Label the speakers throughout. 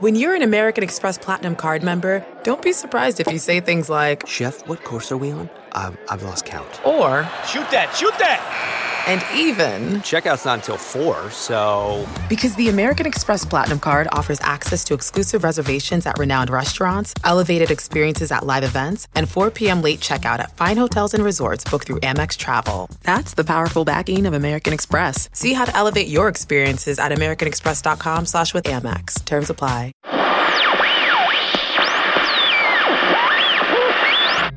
Speaker 1: When you're an American Express Platinum Card member, don't be surprised if you say things like,
Speaker 2: Chef, what course are we on? I've, I've lost count.
Speaker 1: or,
Speaker 3: Shoot that, shoot that!
Speaker 1: and even.
Speaker 2: Checkout's not until four, so
Speaker 1: Because the American Express Platinum Card offers access to exclusive reservations at renowned restaurants, elevated experiences at live events, and 4 p.m. late checkout at fine hotels and resorts booked through Amex Travel. That's the powerful backing of American Express. See how to elevate your experiences at americanexpress.com slash with Amex. Terms apply.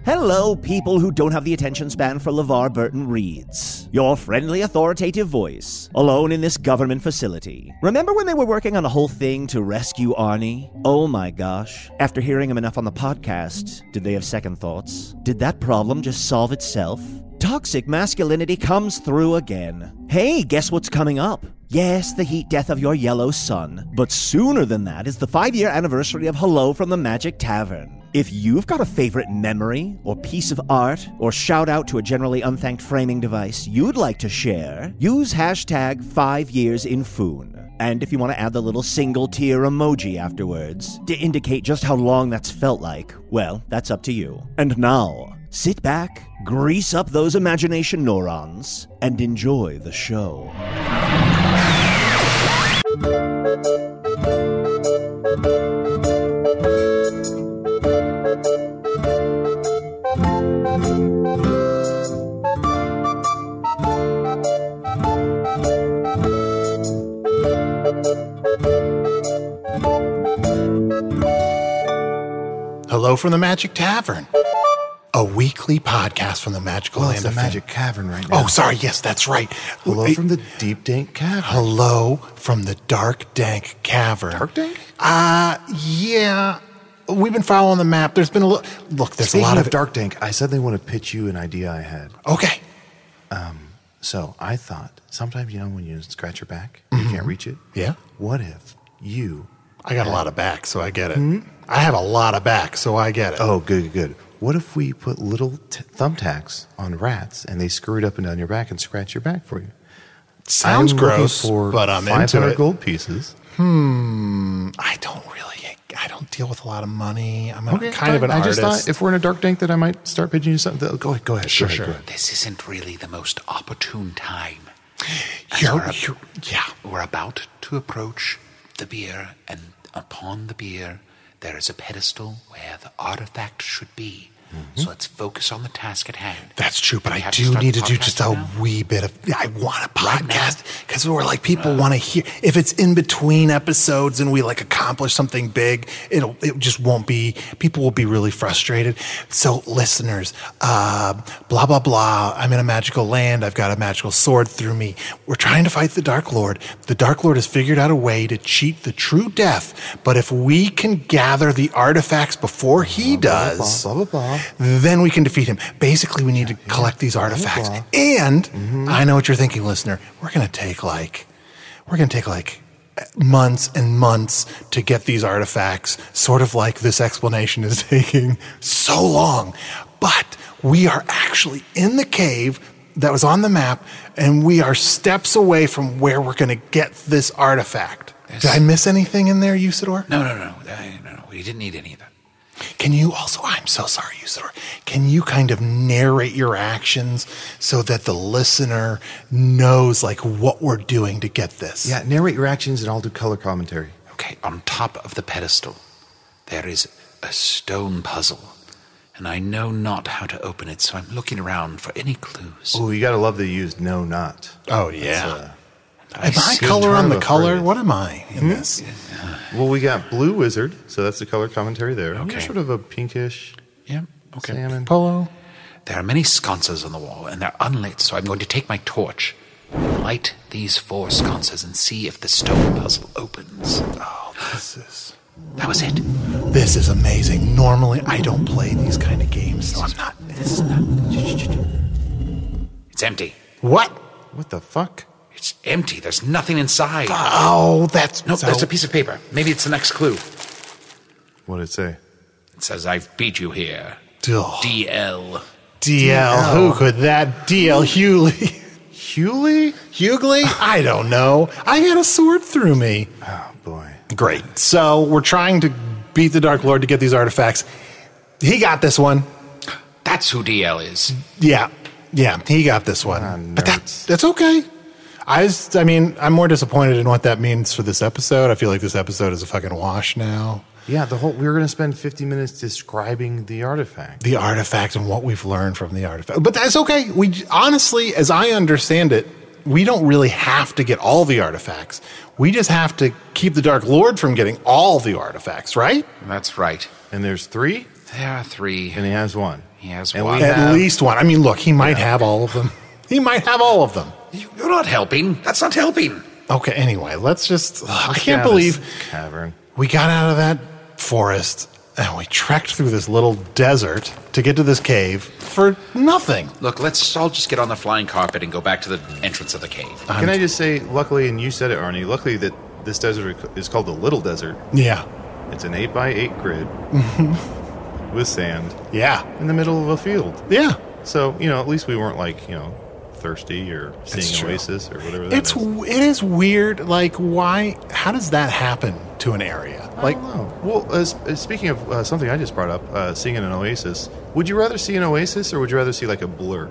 Speaker 4: Hello, people who don't have the attention span for LeVar Burton Reads. Your friendly, authoritative voice, alone in this government facility. Remember when they were working on a whole thing to rescue Arnie? Oh my gosh. After hearing him enough on the podcast, did they have second thoughts? Did that problem just solve itself? Toxic masculinity comes through again. Hey, guess what's coming up? Yes, the heat death of your yellow sun, but sooner than that is the five year anniversary of Hello from the Magic Tavern. If you've got a favorite memory, or piece of art, or shout out to a generally unthanked framing device you'd like to share, use hashtag 5yearsinfoon. And if you want to add the little single tier emoji afterwards to indicate just how long that's felt like, well, that's up to you. And now, sit back, grease up those imagination neurons, and enjoy the show.
Speaker 5: Hello from the Magic Tavern, a weekly podcast from the magical
Speaker 6: Well,
Speaker 5: land
Speaker 6: it's the
Speaker 5: of Finn.
Speaker 6: Magic Cavern right now.
Speaker 5: Oh, sorry. Yes, that's right.
Speaker 6: Hello
Speaker 5: It-
Speaker 6: from the Deep Dank Cavern.
Speaker 5: Hello from the dark, dank cavern.
Speaker 6: Dark dank?
Speaker 5: Uh, yeah. We've been following the map. There's been a look. Look, there's
Speaker 6: Speaking
Speaker 5: a lot of,
Speaker 6: Dark Dank, I suddenly want to pitch you an idea I had.
Speaker 5: Okay.
Speaker 6: So I thought sometimes you know when you scratch your back, you can't reach it.
Speaker 5: Mm-hmm. Yeah.
Speaker 6: What if you?
Speaker 5: I got a lot of back, so I get it. I have a lot of back, so I get it.
Speaker 6: Hmm? Oh, good, good. What if we put little t- thumbtacks on rats and they screw it up and down your back and scratch your back for you?
Speaker 5: Sounds
Speaker 6: I'm looking
Speaker 5: gross,
Speaker 6: for
Speaker 5: but I'm
Speaker 6: 500
Speaker 5: into it.
Speaker 6: gold pieces.
Speaker 5: I don't really. I don't deal with a lot of money. I'm a- kind
Speaker 6: fine.
Speaker 5: of an
Speaker 6: I
Speaker 5: artist.
Speaker 6: just thought if we're in a dark dank that I might start pitching you something. Go ahead, go ahead.
Speaker 5: Sure,
Speaker 6: go ahead,
Speaker 5: sure.
Speaker 6: Go ahead.
Speaker 7: This isn't really the most opportune time. As
Speaker 5: You're-
Speaker 7: we're ab-
Speaker 5: you're- yeah.
Speaker 7: We're about to approach the bier, and upon the bier, there is a pedestal where the artifact should be. So let's focus on the task at hand.
Speaker 5: Mm-hmm. That's true, but
Speaker 7: We
Speaker 5: I
Speaker 7: have to
Speaker 5: do
Speaker 7: start
Speaker 5: need to
Speaker 7: the
Speaker 5: do
Speaker 7: podcast
Speaker 5: just a
Speaker 7: now?
Speaker 5: wee bit of. I want a podcast because we're like people want to hear. If it's in between episodes and we like accomplish something big, it'll it just won't be. People will be really frustrated. So listeners, uh, blah blah blah. I'm in a magical land. I've got a magical sword through me. We're trying to fight the Dark Lord. The Dark Lord has figured out a way to cheat the true death. But if we can gather the artifacts before he
Speaker 6: blah,
Speaker 5: does,
Speaker 6: blah, blah, blah.
Speaker 5: then we can defeat him. Basically, we need to collect these artifacts. And I know what you're thinking, listener. We're going to take like, we're going to take like months and months to get these artifacts, sort of like this explanation is taking so long. But we are actually in the cave that was on the map, and we are steps away from where we're going to get this artifact. Did I miss anything in there, Usador?
Speaker 7: No, no, no, no, no, no. We didn't need any of that.
Speaker 5: Can you also, I'm so sorry, Usador, can you kind of narrate your actions so that the listener knows like what we're doing to get this?
Speaker 6: Yeah, narrate your actions and I'll do color commentary.
Speaker 7: Okay, on top of the pedestal, there is a stone puzzle. And and I know not how to open it, so I'm looking around for any clues.
Speaker 6: Oh, you gotta love the used no not.
Speaker 5: Oh, yeah.
Speaker 7: I
Speaker 5: Am I
Speaker 7: see-
Speaker 5: color
Speaker 6: turn
Speaker 5: on
Speaker 6: of
Speaker 5: the
Speaker 6: a Hmm?
Speaker 5: color?
Speaker 6: phrase.
Speaker 5: What am I in this?
Speaker 6: Well, we got blue wizard, so that's the color commentary there.
Speaker 7: Okay.
Speaker 6: Sort of a pinkish
Speaker 7: Yeah, okay.
Speaker 6: salmon.
Speaker 5: Polo?
Speaker 7: There are many sconces on the wall, and they're unlit, so I'm going to take my torch and light these four sconces and see if the stone puzzle opens.
Speaker 5: This is,
Speaker 7: That was it.
Speaker 5: this is amazing. Normally, I don't play these kind of games, so I'm not. This is not
Speaker 7: It's empty.
Speaker 5: what?
Speaker 6: What the fuck?
Speaker 7: It's empty. There's nothing inside.
Speaker 5: Oh, that's
Speaker 7: No,
Speaker 5: so-
Speaker 7: there's a piece of paper. Maybe it's the next clue.
Speaker 6: What did it say?
Speaker 7: It says, I've beat you here.
Speaker 5: Ugh.
Speaker 7: DL.
Speaker 5: DL. Who could that? DL Hewley.
Speaker 6: Hewley?
Speaker 5: Hughley? I don't know. I had a sword through me.
Speaker 6: Oh boy.
Speaker 5: Great. So we're trying to beat the Dark Lord to get these artifacts. He got this one.
Speaker 7: That's who DL is.
Speaker 5: Yeah. Yeah, he got this one. but that,
Speaker 6: nerds.
Speaker 5: that's okay. I, was, I mean, I'm more disappointed in what that means for this episode. I feel like this episode is a fucking wash now.
Speaker 6: Yeah, the whole we were gonna spend 50 minutes describing the artifact.
Speaker 5: The artifact and what we've learned from the artifact. But that's okay. We honestly, as I understand it, we don't really have to get all the artifacts. We just have to keep the Dark Lord from getting all the artifacts, right?
Speaker 7: That's right.
Speaker 6: And there's three,
Speaker 7: There are three.
Speaker 6: and he has one.
Speaker 7: He has
Speaker 6: and
Speaker 7: one.
Speaker 6: We
Speaker 5: At
Speaker 6: have,
Speaker 5: least one. I mean, look, he might have all of them. He might have all of them.
Speaker 7: You're not helping. That's not helping.
Speaker 5: Okay, anyway, let's just. I can't
Speaker 6: yeah, this
Speaker 5: believe
Speaker 6: cavern.
Speaker 5: we got out of that forest and we trekked through this little desert to get to this cave for nothing.
Speaker 7: Look, let's all just get on the flying carpet and go back to the entrance of the cave.
Speaker 6: Can I just say, luckily, and you said it, Arnie. Luckily that this desert is called the Little Desert.
Speaker 5: Yeah.
Speaker 6: It's an eight by eight grid with sand
Speaker 5: Yeah.
Speaker 6: in the middle of a field.
Speaker 5: Yeah.
Speaker 6: So you know, at least we weren't like you know thirsty or seeing
Speaker 5: true.
Speaker 6: oasis or whatever. That
Speaker 5: It's
Speaker 6: is.
Speaker 5: w- it is weird like why how does that happen to an area? Like
Speaker 6: Oh, well, uh, sp- uh, speaking of uh, something I just brought up, uh, seeing an oasis. Would you rather see an oasis or would you rather see like a blur?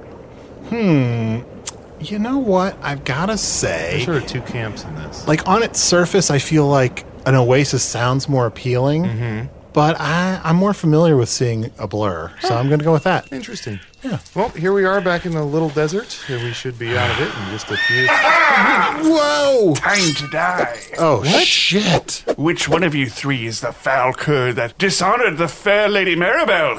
Speaker 5: you know what? I've got to say
Speaker 6: There's sort of two camps in this.
Speaker 5: like on its surface I feel like an oasis sounds more appealing.
Speaker 6: Mm-hmm.
Speaker 5: But I, I'm more familiar with seeing a blur, so I'm going to go with that.
Speaker 6: Interesting.
Speaker 5: Yeah.
Speaker 6: Well, here we are back in the little desert, and we should be out of it in just a few.
Speaker 5: Whoa!
Speaker 8: Time to die.
Speaker 5: Oh shit!
Speaker 8: Which one of you three is the foul cur that dishonored the fair Lady Maribel?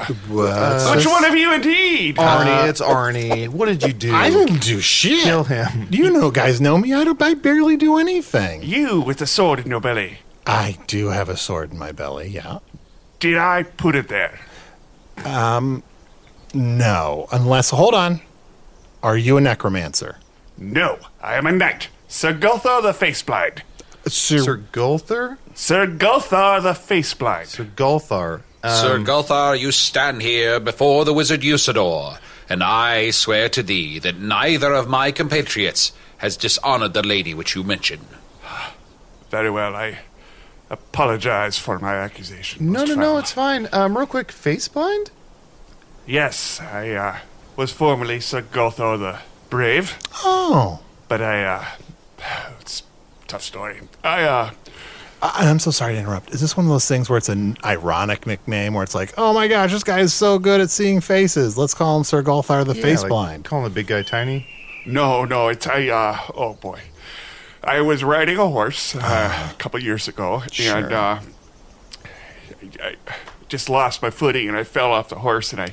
Speaker 8: Which one of you, indeed?
Speaker 6: Arnie, it's Arnie. What did you do?
Speaker 5: I didn't do shit.
Speaker 6: Kill him.
Speaker 5: You know, guys know me. I don't. I barely do anything.
Speaker 8: You with the sword in your belly.
Speaker 5: I do have a sword in my belly. Yeah.
Speaker 8: Did I put it there?
Speaker 5: No, unless hold on. Are you a necromancer?
Speaker 8: No, I am a knight. Sir Gothar the Faceblind.
Speaker 5: Sir,
Speaker 6: Sir Gulthar?
Speaker 8: Sir Gothar the Faceblind.
Speaker 6: Sir Gulthar. Uh,
Speaker 7: Sir Gothar, you stand here before the wizard Usador, and I swear to thee that neither of my compatriots has dishonored the lady which you mention.
Speaker 8: Very well, I apologize for my accusation.
Speaker 6: no,
Speaker 8: Most
Speaker 6: no, no,
Speaker 8: foul.
Speaker 6: it's fine. Um, real quick, face blind?
Speaker 8: Yes, I uh, was formerly Sir Gothar the Brave.
Speaker 5: oh,
Speaker 8: But I, uh, it's a tough story. I, uh,
Speaker 5: I, I'm so sorry to interrupt. Is this one of those things where it's an ironic nickname, where it's like, oh my gosh, this guy is so good at seeing faces. Let's call him Sir Golthar the Face
Speaker 6: like,
Speaker 5: Blind.
Speaker 6: Calling the big guy tiny.
Speaker 8: no, no, it's, I, uh, oh boy. I was riding a horse uh, a couple years ago, and, uh, I, I just lost my footing and I fell off the horse and I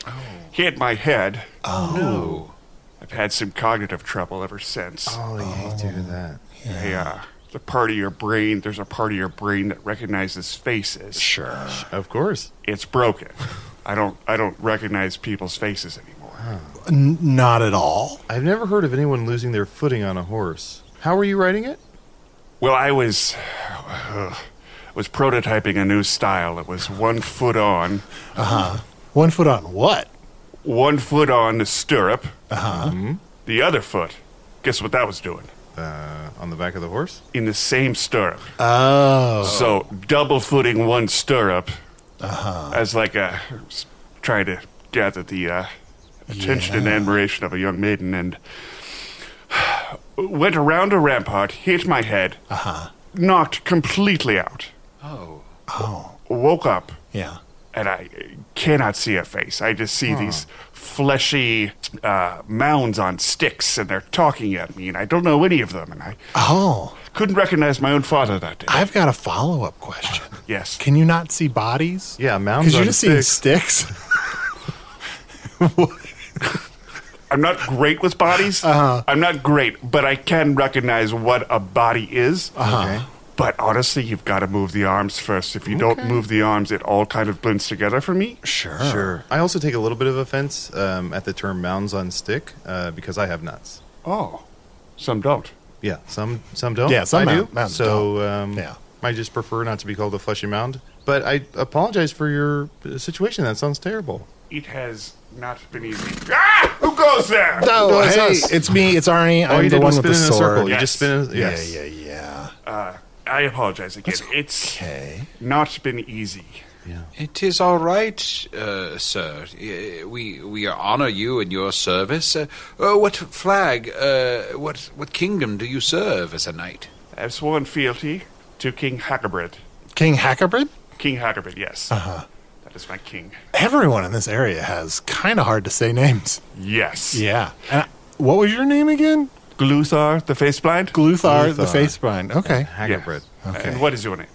Speaker 8: hit my head. Oh, no. I've had some cognitive trouble ever since.
Speaker 6: Oh, you hate to hear that.
Speaker 8: I, uh, the part of your brain, there's a part of your brain that recognizes faces.
Speaker 5: Sure.
Speaker 6: Of course.
Speaker 8: It's broken. I don't, I don't recognize people's faces anymore.
Speaker 5: N- not at all.
Speaker 6: I've never heard of anyone losing their footing on a horse. How were you riding it?
Speaker 8: Well, I was was prototyping a new style. It was one foot on,
Speaker 5: One foot on what?
Speaker 8: one foot on the stirrup. Uh huh. The other foot. Guess what that was doing?
Speaker 6: Uh, on the back of the horse?
Speaker 8: In the same stirrup.
Speaker 5: Oh,
Speaker 8: So double footing one stirrup. Uh huh. As like a s- trying to gather the uh, attention and admiration of a young maiden, and went around a rampart, hit my head, uh-huh. knocked completely out. Oh. Oh. Woke up.
Speaker 5: yeah.
Speaker 8: and I cannot see a face. I just see these fleshy uh, mounds on sticks, and they're talking at me, and I don't know any of them, and I
Speaker 5: Oh,
Speaker 8: couldn't recognize my own father that day.
Speaker 5: I've got a follow up question.
Speaker 8: Yes.
Speaker 5: Can you not see bodies?
Speaker 6: Yeah, mounds
Speaker 5: Because you're
Speaker 6: on
Speaker 5: just seeing sticks.
Speaker 8: I'm not great with bodies. Uh-huh. I'm not great, but I can recognize what a body is.
Speaker 5: Uh-huh.
Speaker 6: Okay.
Speaker 8: But honestly, you've got to move the arms first. If you don't move the arms, it all kind of blends together for me.
Speaker 5: sure.
Speaker 6: Sure. I also take a little bit of offense um, at the term mounds on stick uh, because I have nuts.
Speaker 8: Oh, some don't.
Speaker 6: Yeah, some some don't.
Speaker 5: Yeah, some
Speaker 6: I
Speaker 5: mount-
Speaker 6: do.
Speaker 5: mountains
Speaker 6: so
Speaker 5: don't.
Speaker 6: Um,
Speaker 5: Yeah.
Speaker 6: I just prefer not to be called a fleshy mound. But I apologize for your uh, situation. That sounds terrible.
Speaker 8: It has not been easy. Ah! Who goes there?
Speaker 5: No,
Speaker 6: No, it's
Speaker 5: it's hey,
Speaker 6: us.
Speaker 5: it's me. It's Arnie.
Speaker 6: All
Speaker 5: I'm
Speaker 6: you
Speaker 5: the
Speaker 6: did
Speaker 5: one
Speaker 6: was
Speaker 5: with
Speaker 6: spin
Speaker 5: the
Speaker 6: in a
Speaker 5: sword.
Speaker 6: circle. You
Speaker 8: Yes.
Speaker 6: just spin. In, yes.
Speaker 5: Yeah, yeah, yeah.
Speaker 8: Uh, I apologize again. It's
Speaker 5: Okay.
Speaker 8: not been easy.
Speaker 7: It is all right, uh, sir. Uh, We we honor you and your service. Uh, uh, what flag? Uh, what what kingdom do you serve as a knight?
Speaker 8: I've sworn fealty to King Hackerbred.
Speaker 5: King Hackerbird?
Speaker 8: King Hackerbred, yes. Uh-huh. That is my king.
Speaker 5: Everyone in this area has kind of hard to say names.
Speaker 8: Yes.
Speaker 5: Yeah. And I- what was your name again?
Speaker 8: Gluthar, the face blind.
Speaker 5: Gluthar, the
Speaker 6: Gluthar.
Speaker 5: face blind. Okay.
Speaker 6: Hackerbread.
Speaker 5: Okay.
Speaker 8: And what is your name?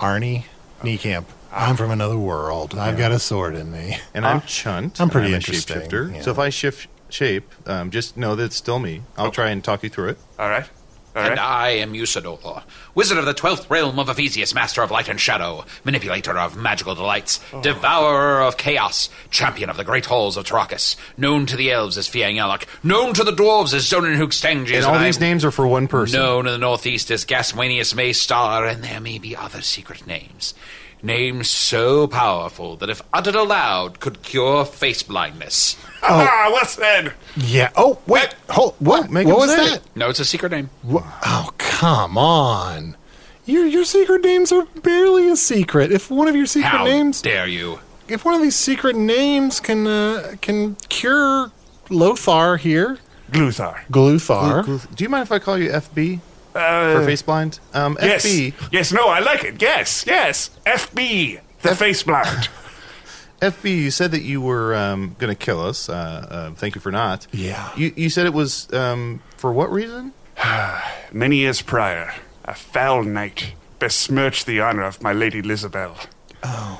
Speaker 5: Arnie Niekamp. I'm from another world. I've got a sword in me.
Speaker 6: And I'm Chunt.
Speaker 5: I'm pretty
Speaker 6: and
Speaker 5: interesting,
Speaker 6: a shapeshifter.
Speaker 5: yeah.
Speaker 6: So if I shift shape, um, just know that it's still me. I'll try and talk you through it.
Speaker 8: All right. All right.
Speaker 7: And I am Usador, wizard of the twelfth realm of Ephesius, master of light and shadow, manipulator of magical delights, devourer of chaos, champion of the great halls of Tarakas, known to the elves as Fiangyalak, known to the dwarves as Zonin Hoogstanges.
Speaker 6: And all these names are for one person.
Speaker 7: Known in the Northeast as Gaswanius Maystar, and there may be other secret names. Names so powerful that if uttered aloud could cure face blindness.
Speaker 5: Oh.
Speaker 8: Ah, well said.
Speaker 5: Yeah. Oh, wait. Hold. What?
Speaker 6: Make
Speaker 5: what
Speaker 6: him
Speaker 5: was
Speaker 6: say
Speaker 5: that?
Speaker 6: it.
Speaker 7: No, it's a secret name.
Speaker 5: Wha- Oh, come on. Your your secret names are barely a secret. If one of your secret
Speaker 7: How
Speaker 5: names,
Speaker 7: dare you?
Speaker 5: if one of these secret names can uh, can cure Lothar here,
Speaker 8: Gluthar.
Speaker 5: Gluthar.
Speaker 6: Do you mind if I call you FB
Speaker 8: Uh,
Speaker 6: for face blind? Um,
Speaker 8: yes.
Speaker 6: FB.
Speaker 8: Yes, no, I like it. Yes, yes. FB, the face blind.
Speaker 6: FB, you said that you were um, going to kill us. Uh, uh, thank you for not.
Speaker 5: Yeah.
Speaker 6: You, you said it was um, for what reason?
Speaker 8: Many years prior, a foul knight besmirched the honor of my Lady Lizabel. Oh.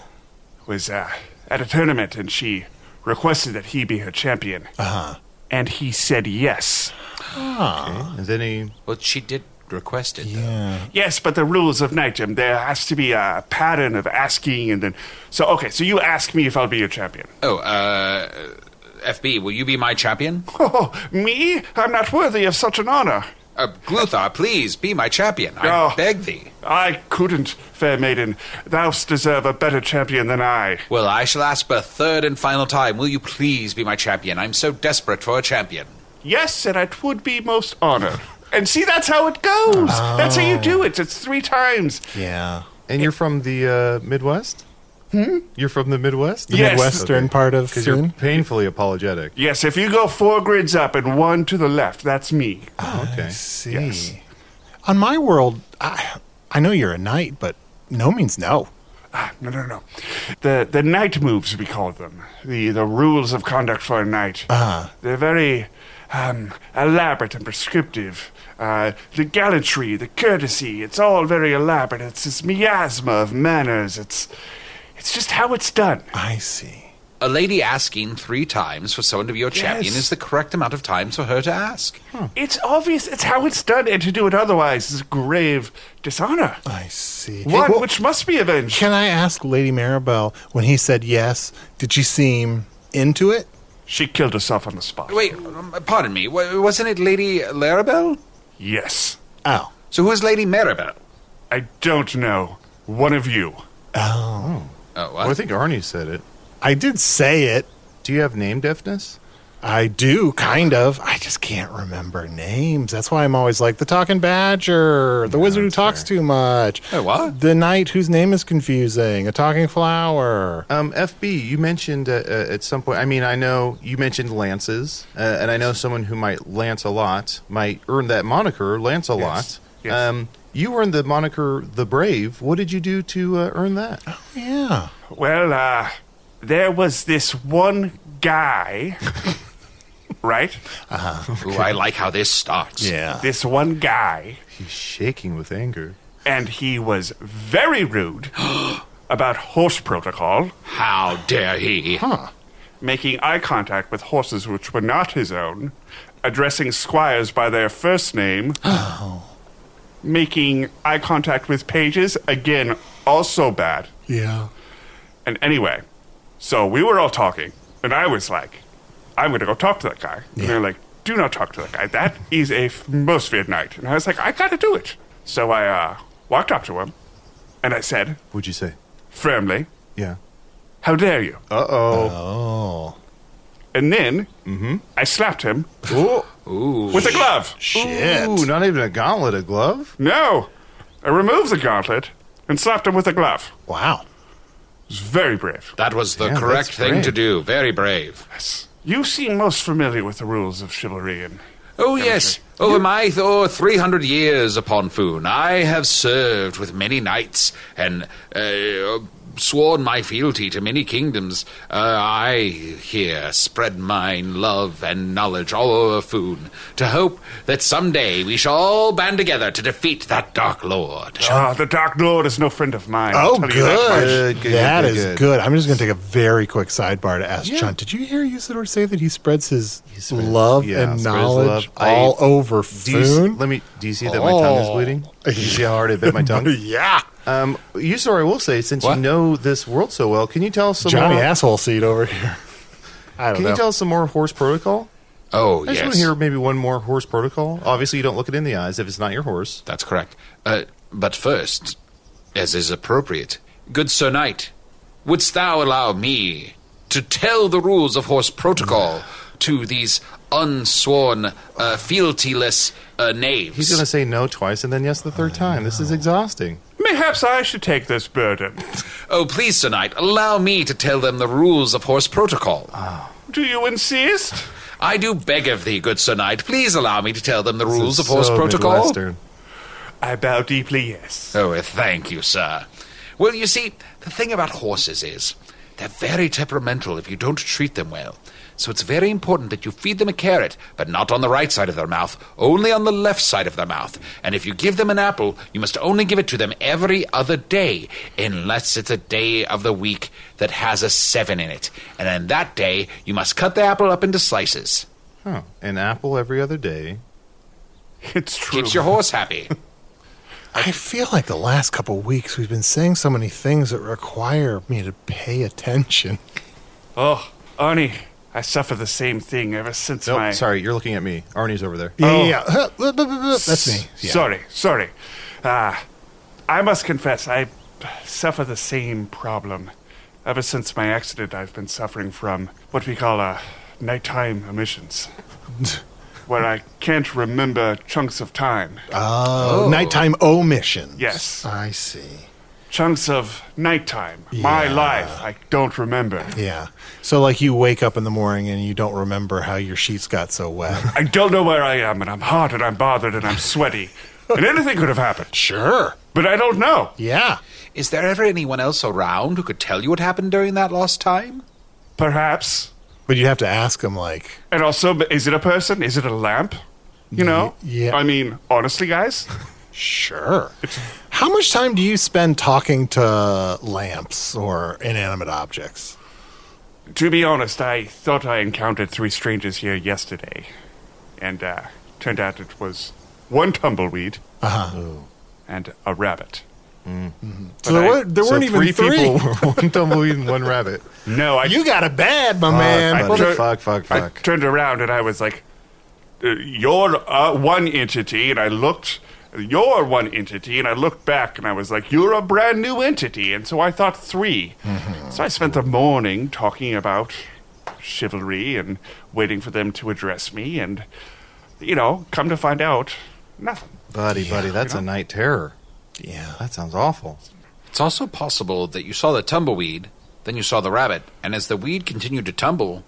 Speaker 8: Was uh, at a tournament and she requested that he be her champion. Uh huh. And he said yes.
Speaker 6: And then he.
Speaker 7: Well, she did request it. though.
Speaker 8: Yes, but the rules of knightdom, there has to be a pattern of asking and then. So, okay, so you ask me if I'll be your champion.
Speaker 7: Oh, uh, FB, will you be my champion?
Speaker 8: Oh, me? I'm not worthy of such an honor.
Speaker 7: Uh, Gluthar, please be my champion. I
Speaker 8: Oh.
Speaker 7: beg thee.
Speaker 8: I couldn't, fair maiden. Thou'st deserve a better champion than I.
Speaker 7: Well, I shall ask but a third and final time. Will you please be my champion? I'm so desperate for a champion.
Speaker 8: Yes, and it would be most honor. And see, that's how it goes. That's how you do it. It's three times.
Speaker 5: Yeah.
Speaker 6: And you're from the uh, Midwest? Hmm? You're from the Midwest?
Speaker 8: Yes.
Speaker 5: Midwestern part of
Speaker 6: Because you're
Speaker 5: Thun.
Speaker 6: painfully apologetic.
Speaker 8: Yes, if you go four grids up and one to the left, that's me.
Speaker 6: Okay.
Speaker 5: See.
Speaker 8: Yes.
Speaker 5: On my world, I I know you're a knight, but no means no.
Speaker 8: Ah, no, no, no. The the knight moves we call them. The the rules of conduct for a knight. Uh-huh. They're very um, elaborate and prescriptive. Uh, the gallantry, the courtesy, it's all very elaborate. It's this miasma of manners. It's it's just how it's done.
Speaker 5: I see.
Speaker 7: A lady asking three times for someone to be your champion
Speaker 8: Yes.
Speaker 7: is the correct amount of times for her to ask.
Speaker 8: It's obvious. It's how it's done, and to do it otherwise is grave dishonor.
Speaker 5: I see.
Speaker 8: One
Speaker 5: Hey, well,
Speaker 8: which must be avenged.
Speaker 5: can I ask Lady Maribel when he said yes? Did she seem into it?
Speaker 8: She killed herself on the spot.
Speaker 7: Wait, um, pardon me. wa- Wasn't it Lady Larabelle?
Speaker 8: Yes.
Speaker 5: Oh.
Speaker 7: So who is Lady Maribel?
Speaker 8: I don't know. One of you.
Speaker 7: Oh,
Speaker 6: Well, I
Speaker 7: what?
Speaker 6: think Arnie said it.
Speaker 5: I did say it.
Speaker 6: Do you have name deafness?
Speaker 5: I do, kind of. I just can't remember names. That's why I'm always like the talking badger, the wizard who talks too much.
Speaker 7: Wait, what?
Speaker 5: The knight whose name is confusing, a talking flower.
Speaker 6: Um, FB, you mentioned uh, uh, at some point. I mean, I know you mentioned lances, uh, and I know someone who might lance a lot might earn that moniker, lance a lot.
Speaker 8: Yes.
Speaker 9: Oh.
Speaker 6: Um, you earned the moniker the brave. What did you do to uh, earn that?
Speaker 5: Yeah.
Speaker 8: Well, uh, there was this one guy, right?
Speaker 7: Ooh, I like how this starts.
Speaker 9: Yeah.
Speaker 8: This one guy,
Speaker 6: He's shaking with anger.
Speaker 8: and he was very rude about horse protocol,
Speaker 7: How dare he?
Speaker 8: making eye contact with horses which were not his own, addressing squires by their first name, making eye contact with pages, again, also bad.
Speaker 9: Yeah.
Speaker 8: And anyway, so we were all talking, and I was like, I'm going to go talk to that guy. And they're like, do not talk to that guy. That is a f- Mosfid night. And I was like, I got to do it. So I uh, walked up to him, and I said,
Speaker 6: What'd you say?
Speaker 8: firmly,
Speaker 6: Yeah.
Speaker 8: How dare you?
Speaker 6: Uh oh.
Speaker 8: And then I slapped him with a glove.
Speaker 9: Shit.
Speaker 6: Ooh, not even a gauntlet, a glove?
Speaker 8: No, I removed the gauntlet and slapped him with a glove.
Speaker 9: Wow.
Speaker 8: It was very brave.
Speaker 7: That was the
Speaker 6: Yeah,
Speaker 7: correct
Speaker 6: that's
Speaker 7: thing to
Speaker 6: brave.
Speaker 7: do. Very brave.
Speaker 8: You seem most familiar with the rules of chivalry and
Speaker 7: Oh, yes. Over my th- oh, 300 years upon Foon, I have served with many knights and uh, sworn my fealty to many kingdoms. Uh, I here spread mine love and knowledge all over Foon to hope that someday we shall all band together to defeat that Dark Lord.
Speaker 8: Ah, the Dark Lord is no friend of mine. I'll
Speaker 9: Oh,
Speaker 8: tell you that much.
Speaker 9: good.
Speaker 6: Good, good,
Speaker 9: That
Speaker 6: good,
Speaker 9: is
Speaker 6: good.
Speaker 9: good. I'm just going to take a very quick sidebar to ask John. Did you hear Usador say that he spreads his love
Speaker 6: yeah,
Speaker 9: and
Speaker 6: spreads
Speaker 9: knowledge
Speaker 6: love. I-
Speaker 9: all over
Speaker 6: Do you see,
Speaker 9: Foon?
Speaker 6: let me. Do you see that my tongue is
Speaker 9: Oh.
Speaker 6: bleeding? Do you see how hard I bit my tongue?
Speaker 9: yeah.
Speaker 6: Um, you sorry, I will say, since
Speaker 7: What?
Speaker 6: you know this world so well, can you tell us some
Speaker 9: Johnny
Speaker 6: more?
Speaker 9: asshole seat over here. I don't
Speaker 6: Can
Speaker 9: know.
Speaker 6: you tell us some more horse protocol?
Speaker 7: Oh,
Speaker 6: I just
Speaker 7: yes.
Speaker 6: want to hear maybe one more horse protocol. Obviously, you don't look it in the eyes if it's not your horse.
Speaker 7: That's correct. Uh, but first, as is appropriate, good Sir Knight, wouldst thou allow me to tell the rules of horse protocol to these unsworn, uh, fealtyless uh, knaves?
Speaker 6: He's going to say no twice and then yes the third time. This is exhausting.
Speaker 8: Mayhaps I should take this burden.
Speaker 7: Oh, please, Sir Knight, allow me to tell them the rules of horse protocol.
Speaker 6: Ah.
Speaker 8: Do you insist?
Speaker 7: I do beg of thee, good Sir Knight, please allow me to tell them the rules
Speaker 6: This
Speaker 7: of
Speaker 6: is
Speaker 7: horse
Speaker 6: so
Speaker 7: protocol.
Speaker 6: Midwestern.
Speaker 8: I bow deeply, yes.
Speaker 7: Oh, well, thank you, sir. Well, you see, the thing about horses is they're very temperamental if you don't treat them well. So it's very important that you feed them a carrot, but not on the right side of their mouth, only on the left side of their mouth. And if you give them an apple, you must only give it to them every other day, unless it's a day of the week that has a seven in it. And then that day, you must cut the apple up into slices.
Speaker 6: Huh. An apple every other day.
Speaker 8: It's true.
Speaker 7: Keeps your horse happy.
Speaker 9: I feel like the last couple weeks we've been saying so many things that require me to pay attention.
Speaker 8: oh, Arnie, I suffer the same thing ever since
Speaker 6: Nope,
Speaker 8: my.
Speaker 6: sorry, you're looking at me. Arnie's over there. Oh,
Speaker 9: Yeah, yeah, yeah. Huh, That's me. Yeah.
Speaker 8: Sorry, sorry. Ah, I must confess, I suffer the same problem. Ever since my accident, I've been suffering from what we call uh, nighttime emissions, where I can't remember chunks of time.
Speaker 9: Oh, nighttime omissions.
Speaker 8: Yes.
Speaker 9: I see.
Speaker 8: chunks of nighttime. My
Speaker 9: Yeah.
Speaker 8: life, I don't remember.
Speaker 9: Yeah. So, like, you wake up in the morning and you don't remember how your sheets got so wet.
Speaker 8: I don't know where I am, and I'm hot, and I'm bothered, and I'm sweaty, and anything could have happened.
Speaker 9: sure.
Speaker 8: But I don't know.
Speaker 9: Yeah.
Speaker 7: Is there ever anyone else around who could tell you what happened during that lost time?
Speaker 8: Perhaps.
Speaker 9: But you have to ask them, like,
Speaker 8: And also, but is it a person? Is it a lamp? You know?
Speaker 9: yeah.
Speaker 8: I mean, honestly, guys,
Speaker 9: sure. How much time do you spend talking to lamps or inanimate objects?
Speaker 8: to be honest, I thought I encountered three strangers here yesterday, and uh, turned out it was one tumbleweed and a rabbit.
Speaker 9: So there,
Speaker 8: I-
Speaker 9: were, there weren't even
Speaker 6: three,
Speaker 9: three.
Speaker 6: people were one tumbleweed and one rabbit.
Speaker 8: No, I
Speaker 9: You got a bad, my
Speaker 6: I
Speaker 9: man.
Speaker 6: Fuck,
Speaker 8: tur-
Speaker 6: fuck, fuck,
Speaker 8: I
Speaker 6: fuck.
Speaker 8: turned around and I was like, uh, "You're uh, one entity," and I looked. You're one entity, and I looked back and I was like, "You're a brand new entity," and so I thought 3
Speaker 6: Mm-hmm.
Speaker 8: So I spent the morning talking about chivalry and waiting for them to address me, and you know, come to find out, nothing.
Speaker 6: Buddy, buddy, that's a night terror.
Speaker 9: Yeah.
Speaker 6: That sounds awful.
Speaker 7: It's also possible that you saw the tumbleweed, then you saw the rabbit, and as the weed continued to tumble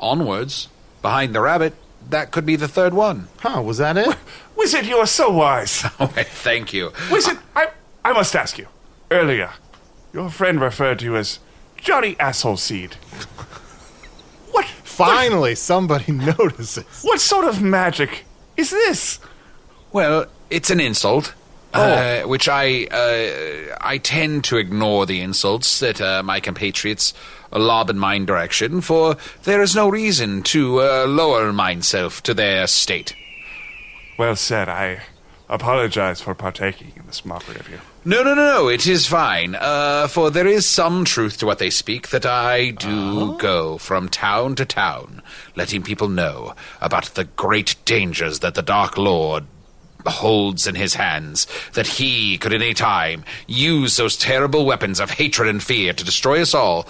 Speaker 7: onwards behind the rabbit, that could be the third one.
Speaker 6: Huh, was that it?
Speaker 8: Wizard, you are so wise.
Speaker 7: Okay, thank you.
Speaker 8: Wizard, I, I must ask you. Earlier, your friend referred to you as Johnny Asshole Seed. What?
Speaker 5: Finally, somebody notices.
Speaker 8: What sort of magic is this?
Speaker 7: Well, it's an insult.
Speaker 8: Oh,
Speaker 7: Uh, which I uh, I tend to ignore the insults that uh, my compatriots lob in my direction, for there is no reason to uh, lower myself to their state.
Speaker 8: Well said. I apologize for partaking in this mockery of you.
Speaker 7: No, no, no, no. It is fine. Uh, for there is some truth to what they speak that I do go from town to town, letting people know about the great dangers that the Dark Lord holds in his hands. That he could, at any time, use those terrible weapons of hatred and fear to destroy us all.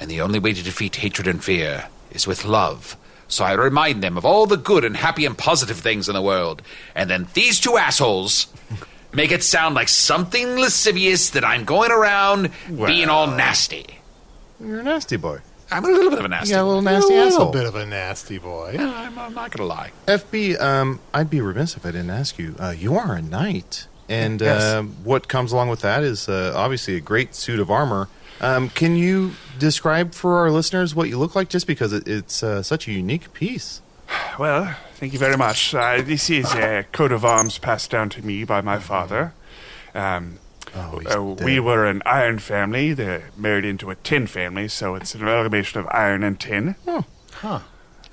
Speaker 7: And the only way to defeat hatred and fear is with love. So I remind them of all the good and happy and positive things in the world. And then these two assholes make it sound like something lascivious that I'm going around being all nasty.
Speaker 6: You're a nasty boy.
Speaker 7: I'm a little bit of a nasty.
Speaker 5: You got a little nasty
Speaker 6: You're a little
Speaker 5: asshole. bit of a nasty boy.
Speaker 7: I'm, I'm not going to lie.
Speaker 6: FB, um, I'd be remiss if I didn't ask you. Uh, you are a knight, and um, what comes along with that is uh, obviously a great suit of armor. Um, can you describe for our listeners what you look like? Just because it, it's uh, such a unique piece.
Speaker 8: Well, thank you very much. Uh, this is a coat of arms passed down to me by my father. Um,
Speaker 6: Oh, he's
Speaker 8: uh, we
Speaker 6: dead.
Speaker 8: were an iron family. They married into a tin family, so it's an amalgamation of iron and tin.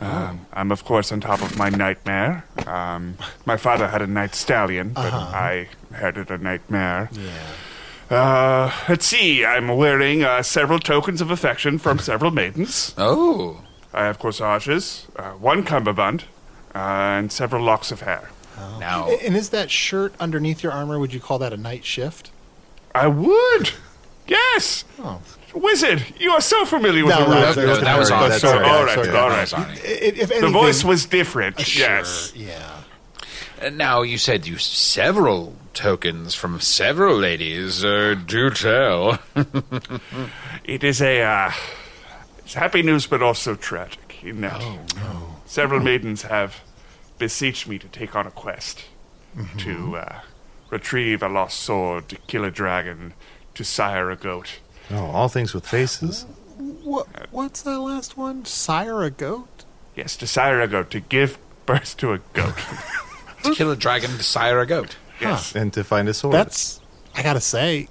Speaker 8: Um, I'm, of course, on top of my nightmare. Um, my father had a night stallion, but I inherited a nightmare. Yeah. Uh, let's see. I'm wearing uh, several tokens of affection from several maidens.
Speaker 7: Oh.
Speaker 8: I have corsages, uh, one cummerbund, uh, and several locks of hair.
Speaker 7: Now,
Speaker 5: A- And is that shirt underneath your armor? Would you call that a night shift?
Speaker 8: I would! Yes! Wizard, you are so familiar with
Speaker 5: No,
Speaker 8: the
Speaker 5: no,
Speaker 8: rules.
Speaker 5: Oh. that- that
Speaker 7: that was
Speaker 5: was American.
Speaker 7: on.
Speaker 5: That's
Speaker 8: So,
Speaker 5: right.
Speaker 8: all
Speaker 6: that's
Speaker 8: right,
Speaker 6: right.
Speaker 8: all
Speaker 7: I'm
Speaker 8: right.
Speaker 7: sorry.
Speaker 5: I- If, if
Speaker 8: The
Speaker 5: anything, Uh,
Speaker 8: voice was different,
Speaker 5: a shirt,
Speaker 8: yes.
Speaker 5: Yeah.
Speaker 7: Uh, Now, you said you several tokens from several ladies. Uh, do tell.
Speaker 8: It is a uh, it's happy news, but also tragic in that
Speaker 5: Oh,
Speaker 8: several maidens have beseeched me to take on a quest
Speaker 5: Mm-hmm.
Speaker 8: to uh, retrieve a lost sword, to kill a dragon, to sire a goat.
Speaker 6: Oh, all things with faces.
Speaker 5: What? What's that last one? Sire a goat?
Speaker 8: Yes, to sire a goat, to give birth to a goat.
Speaker 7: to kill a dragon, to sire a goat.
Speaker 8: yes.
Speaker 6: And to find a sword.
Speaker 5: That's. I gotta say,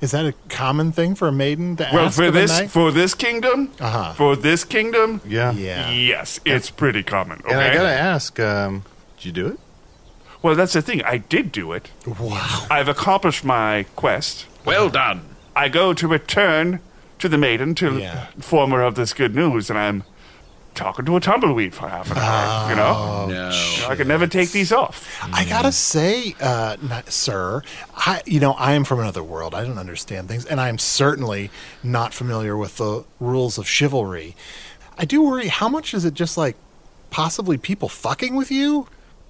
Speaker 5: is that a common thing for a maiden to
Speaker 8: Well,
Speaker 5: ask
Speaker 8: for
Speaker 5: of a
Speaker 8: this
Speaker 5: knight?
Speaker 8: for this kingdom,
Speaker 5: Uh-huh.
Speaker 8: for this kingdom,
Speaker 6: yeah.
Speaker 5: Yeah.
Speaker 8: yes, it's pretty common. Okay?
Speaker 6: And I gotta ask, um, did you do it?
Speaker 8: well, that's the thing. I did do it.
Speaker 5: Wow.
Speaker 8: I've accomplished my quest.
Speaker 7: Well done.
Speaker 8: I go to return to the maiden to
Speaker 5: Yeah.
Speaker 8: inform her of this good news, and I'm talking to a tumbleweed for half an hour. you
Speaker 5: Oh,
Speaker 8: know,
Speaker 7: No.
Speaker 8: I can never take these off.
Speaker 5: I gotta say, uh, not, sir, I you know I am from another world. I don't understand things, and I am certainly not familiar with the rules of chivalry. I do worry. How much is it just like possibly people fucking with you?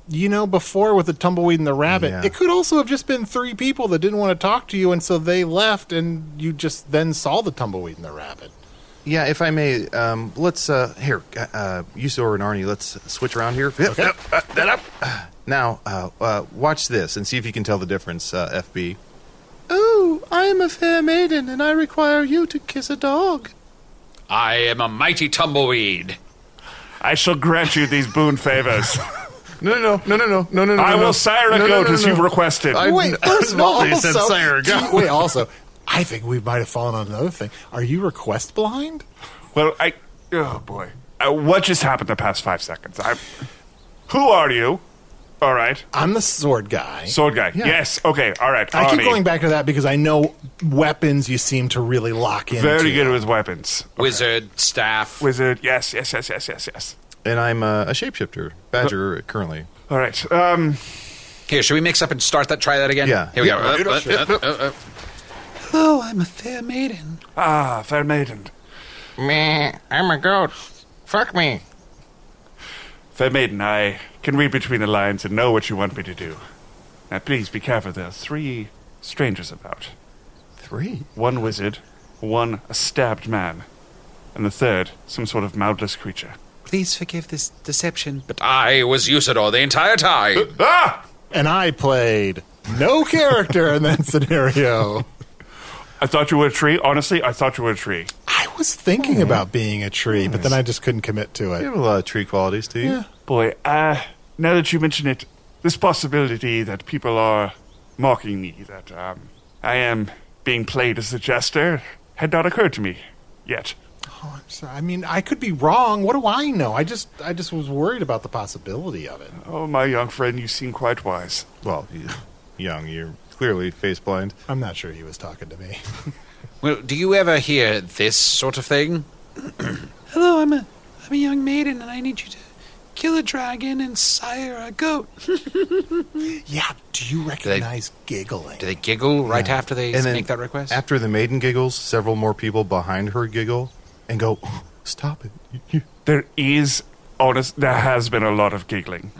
Speaker 5: You know, before with the tumbleweed and the rabbit,
Speaker 6: Yeah.
Speaker 5: it could also have just been three people that didn't want to talk to you, and so they left, and you just then saw the tumbleweed and the rabbit.
Speaker 6: Yeah, if I may, um, let's uh, here, uh, uh, Usador and Arnie, let's switch around here. Yep, yep, uh, that up. Uh, Now, uh, uh, watch this and see if you can tell the difference, uh, FB. Oh, I am a fair maiden, and I require you to kiss a dog.
Speaker 7: I am a mighty tumbleweed.
Speaker 8: I shall grant you these boon favors.
Speaker 6: No, no, no, no, no, no, no, no.
Speaker 8: I
Speaker 6: no,
Speaker 8: will sire a
Speaker 6: no,
Speaker 8: goat
Speaker 6: no, no,
Speaker 8: as
Speaker 6: no.
Speaker 8: you requested.
Speaker 6: I-
Speaker 5: Wait, first of all,
Speaker 6: They said
Speaker 5: also-
Speaker 6: sire,
Speaker 5: do you-
Speaker 6: go.
Speaker 5: wait, also, I think we might have fallen on another thing. Are you request blind?
Speaker 8: Well, I. Oh boy, uh, what just happened the past five seconds? I. Who are you? All right,
Speaker 5: I'm the sword guy.
Speaker 8: sword guy. Yes. Okay. All right.
Speaker 5: I keep
Speaker 8: Arnie.
Speaker 5: going back to that because I know weapons you seem to really lock in.
Speaker 8: Very good with weapons.
Speaker 7: Wizard, staff.
Speaker 8: Wizard. Yes. Yes. Yes. Yes. Yes. Yes.
Speaker 6: And I'm uh, a shapeshifter, badger currently.
Speaker 8: All right. Um.
Speaker 7: Here, should we mix up and start that? Try that again?
Speaker 6: Yeah.
Speaker 7: Here we go.
Speaker 6: Yep.
Speaker 7: Uh, uh,
Speaker 6: Yep.
Speaker 7: uh, uh, uh. Oh, I'm a fair maiden.
Speaker 8: Ah, fair maiden.
Speaker 10: Meh, I'm a goat. Fuck me.
Speaker 8: Fair maiden, I can read between the lines and know what you want me to do. Now, please be careful. There are three strangers about.
Speaker 6: Three.
Speaker 8: One wizard, one a stabbed man, and the third some sort of mouthless creature.
Speaker 7: Please forgive this deception, but I was Usador the entire time.
Speaker 8: Ah!
Speaker 5: And I played no character in that scenario.
Speaker 8: I thought you were a tree. Honestly, I thought you were a tree.
Speaker 5: I was thinking
Speaker 8: Hmm.
Speaker 5: about being a tree, but then I just couldn't commit to
Speaker 6: You
Speaker 5: it.
Speaker 6: have a lot of tree qualities, do you?
Speaker 5: Yeah.
Speaker 8: Boy, uh, now that you mention it, this possibility that people are mocking me, that um, I am being played as a jester, had not occurred to me yet.
Speaker 5: Oh, I'm sorry. I mean, I could be wrong. What do I know? I just, I just was worried about the possibility of it.
Speaker 8: Oh, my young friend, you seem quite wise.
Speaker 6: Well, you, young, you're clearly face blind.
Speaker 5: I'm not sure he was talking to me.
Speaker 7: Well, do you ever hear this sort of thing? Hello, I'm a, I'm a young maiden, and I need you to kill a dragon and sire a goat.
Speaker 5: yeah. Do you recognize giggling?
Speaker 7: Do they giggle right after they
Speaker 6: And then
Speaker 7: make that request?
Speaker 6: After the maiden giggles, several more people behind her giggle and go, "Stop it! You- you-
Speaker 8: There is, honest, there has been a lot of giggling.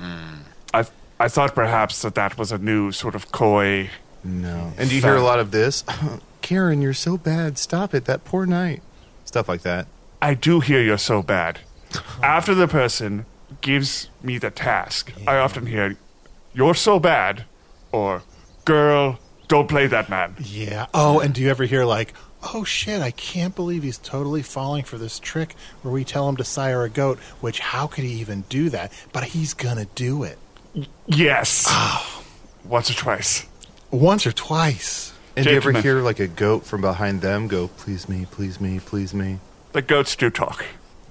Speaker 8: I, I thought perhaps that that was a new sort of coy.
Speaker 6: No. And you hear a lot of this. Karen, you're so bad. Stop it. That poor knight. Stuff like that.
Speaker 8: I do hear you're so bad. After the person gives me the task, I often hear, "You're so bad," or "Girl, don't play that man."
Speaker 5: Yeah. Oh, and do you ever hear like, "Oh shit, I can't believe he's totally falling for this trick where we tell him to sire a goat, which how could he even do that? But he's going to do it."
Speaker 8: Yes, once or twice.
Speaker 5: Once or twice.
Speaker 6: And do you ever
Speaker 8: Gentlemen.
Speaker 6: hear like a goat from behind them go, please me, please me, please me?
Speaker 8: The goats do talk,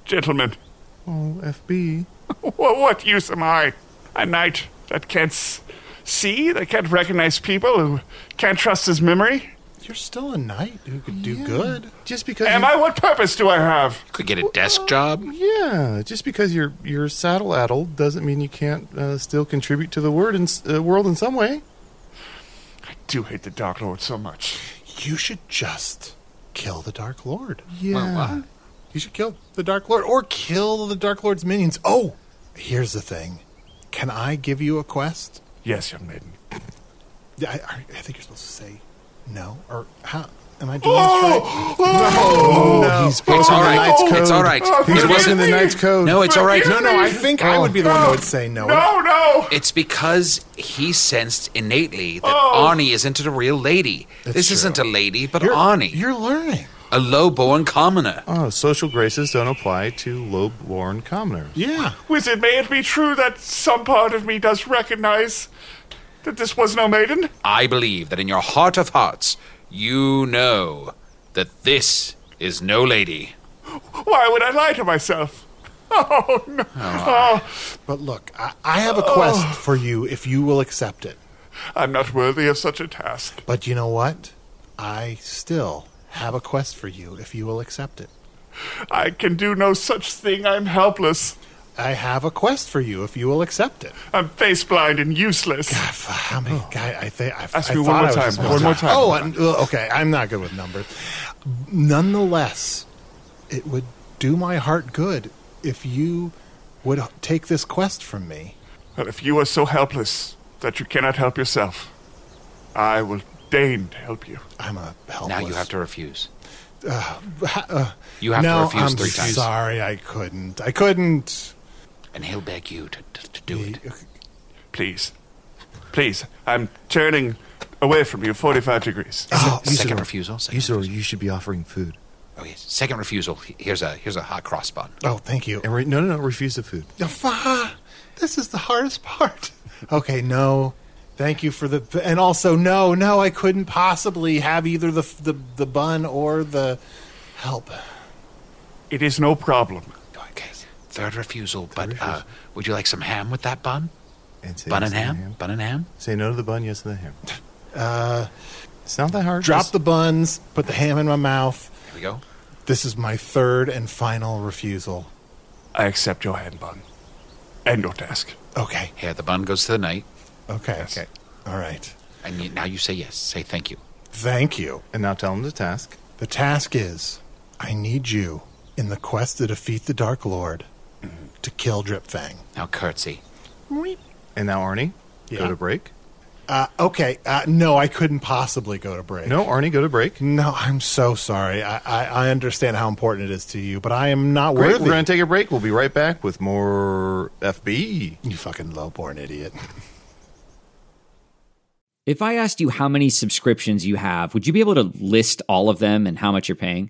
Speaker 8: gentlemen.
Speaker 6: Oh, FB.
Speaker 8: wh- What use am I, a knight that can't s- see, that can't recognize people, who can't trust his memory?
Speaker 5: You're still a knight who could do good.
Speaker 6: Just because
Speaker 8: Am
Speaker 6: you-
Speaker 8: I? What purpose do I have?
Speaker 7: Could get a desk job.
Speaker 6: Yeah, just because you're you're saddle addled doesn't mean you can't uh, still contribute to the word in, s- uh, world in some way.
Speaker 8: I do hate the Dark Lord so much.
Speaker 5: You should just kill the Dark Lord.
Speaker 6: Yeah.
Speaker 5: You should kill the Dark Lord or kill the Dark Lord's minions. Oh, here's the thing. Can I give you a quest?
Speaker 8: Yes, young maiden.
Speaker 5: Yeah, I, I I think you're supposed to say no or how am I doing this right?
Speaker 8: Oh,
Speaker 6: he's
Speaker 7: It's all right. It's all right.
Speaker 6: He's
Speaker 7: It
Speaker 6: breaking
Speaker 7: wasn't.
Speaker 6: the knight's code.
Speaker 7: No, it's all right.
Speaker 5: No, no, I think I would be the one that would say no.
Speaker 8: No, no.
Speaker 7: It's because he sensed innately that Arnie isn't a real lady. this isn't a lady, but
Speaker 5: You're-
Speaker 7: Arnie,
Speaker 5: You're learning.
Speaker 7: a low-born commoner.
Speaker 6: Oh, social graces don't apply to low-born commoners.
Speaker 5: Yeah.
Speaker 8: Wizard, may it be true that some part of me does recognize that this was no maiden?
Speaker 7: I believe that in your heart of hearts, you know that this is no lady.
Speaker 8: Why would I lie to myself? Oh, no. Oh,
Speaker 5: But look, I, I have a quest for you if you will accept it.
Speaker 8: I'm not worthy of such a task.
Speaker 5: But you know what? I still have a quest for you if you will accept it.
Speaker 8: I can do no such thing. I'm helpless.
Speaker 5: I have a quest for you if you will accept it.
Speaker 8: I'm face blind and useless.
Speaker 5: F- How many? guy- I think I,
Speaker 8: Ask
Speaker 5: I
Speaker 8: me
Speaker 5: thought
Speaker 8: one more
Speaker 5: I was
Speaker 8: time.
Speaker 5: supposed
Speaker 8: One
Speaker 5: to-
Speaker 8: more time.
Speaker 5: Oh, and- uh, okay. I'm not good with numbers. Nonetheless, it would do my heart good if you would take this quest from me.
Speaker 8: Well, if you are so helpless that you cannot help yourself, I will deign to help you.
Speaker 5: I'm a helpless.
Speaker 7: Now you have to refuse.
Speaker 5: Ha- uh,
Speaker 7: You have to
Speaker 5: no,
Speaker 7: refuse
Speaker 5: I'm
Speaker 7: three times.
Speaker 5: Sorry, I couldn't. I couldn't.
Speaker 7: And he'll beg you to, to, to do it.
Speaker 8: Please. Please. I'm turning away from you 45 degrees.
Speaker 7: second refusal. Second
Speaker 6: Usador,
Speaker 7: refusal.
Speaker 6: you should be offering food.
Speaker 7: Oh, yes. Second refusal. Here's a here's a hot cross bun.
Speaker 5: Oh, thank you.
Speaker 6: And re- no, no, no, refuse the food.
Speaker 5: Ah, This is the hardest part. Okay, no. Thank you for the and also no, no, I couldn't possibly have either the the, the bun or the help.
Speaker 8: It is no problem.
Speaker 7: Okay. Third refusal. but Uh, would you like some ham with that bun?
Speaker 6: And say
Speaker 7: Bun
Speaker 6: yes
Speaker 7: and
Speaker 6: to the
Speaker 7: ham? Bun and ham.
Speaker 6: Say no to the bun, yes to the ham. it's not that hard.
Speaker 5: Uh, Drop
Speaker 6: Just-
Speaker 5: the buns, put the ham in my mouth.
Speaker 7: Here we go.
Speaker 5: This is my third and final refusal.
Speaker 8: I accept your hand bun and your task.
Speaker 5: Okay.
Speaker 7: Here, the bun goes to the knight,
Speaker 5: Okay. Okay. All right.
Speaker 7: and you, now you say yes. Say thank you.
Speaker 5: Thank you.
Speaker 6: and now tell him the task.
Speaker 5: The task is I need you in the quest to defeat the Dark Lord
Speaker 6: Mm-hmm.
Speaker 5: to kill Dripfang.
Speaker 7: Now curtsy.
Speaker 6: And now Arnie,
Speaker 5: Yeah.
Speaker 6: go to break.
Speaker 5: Uh, okay. Uh, no, I couldn't possibly go to break.
Speaker 6: No, Arnie, go to break.
Speaker 5: No, I'm so sorry. I, I, I understand how important it is to you, but I am not
Speaker 6: Great,
Speaker 5: worthy.
Speaker 6: we're going to take a break. We'll be right back with more FB.
Speaker 5: you fucking lowborn idiot.
Speaker 11: If I asked you how many subscriptions you have, would you be able to list all of them and how much you're paying?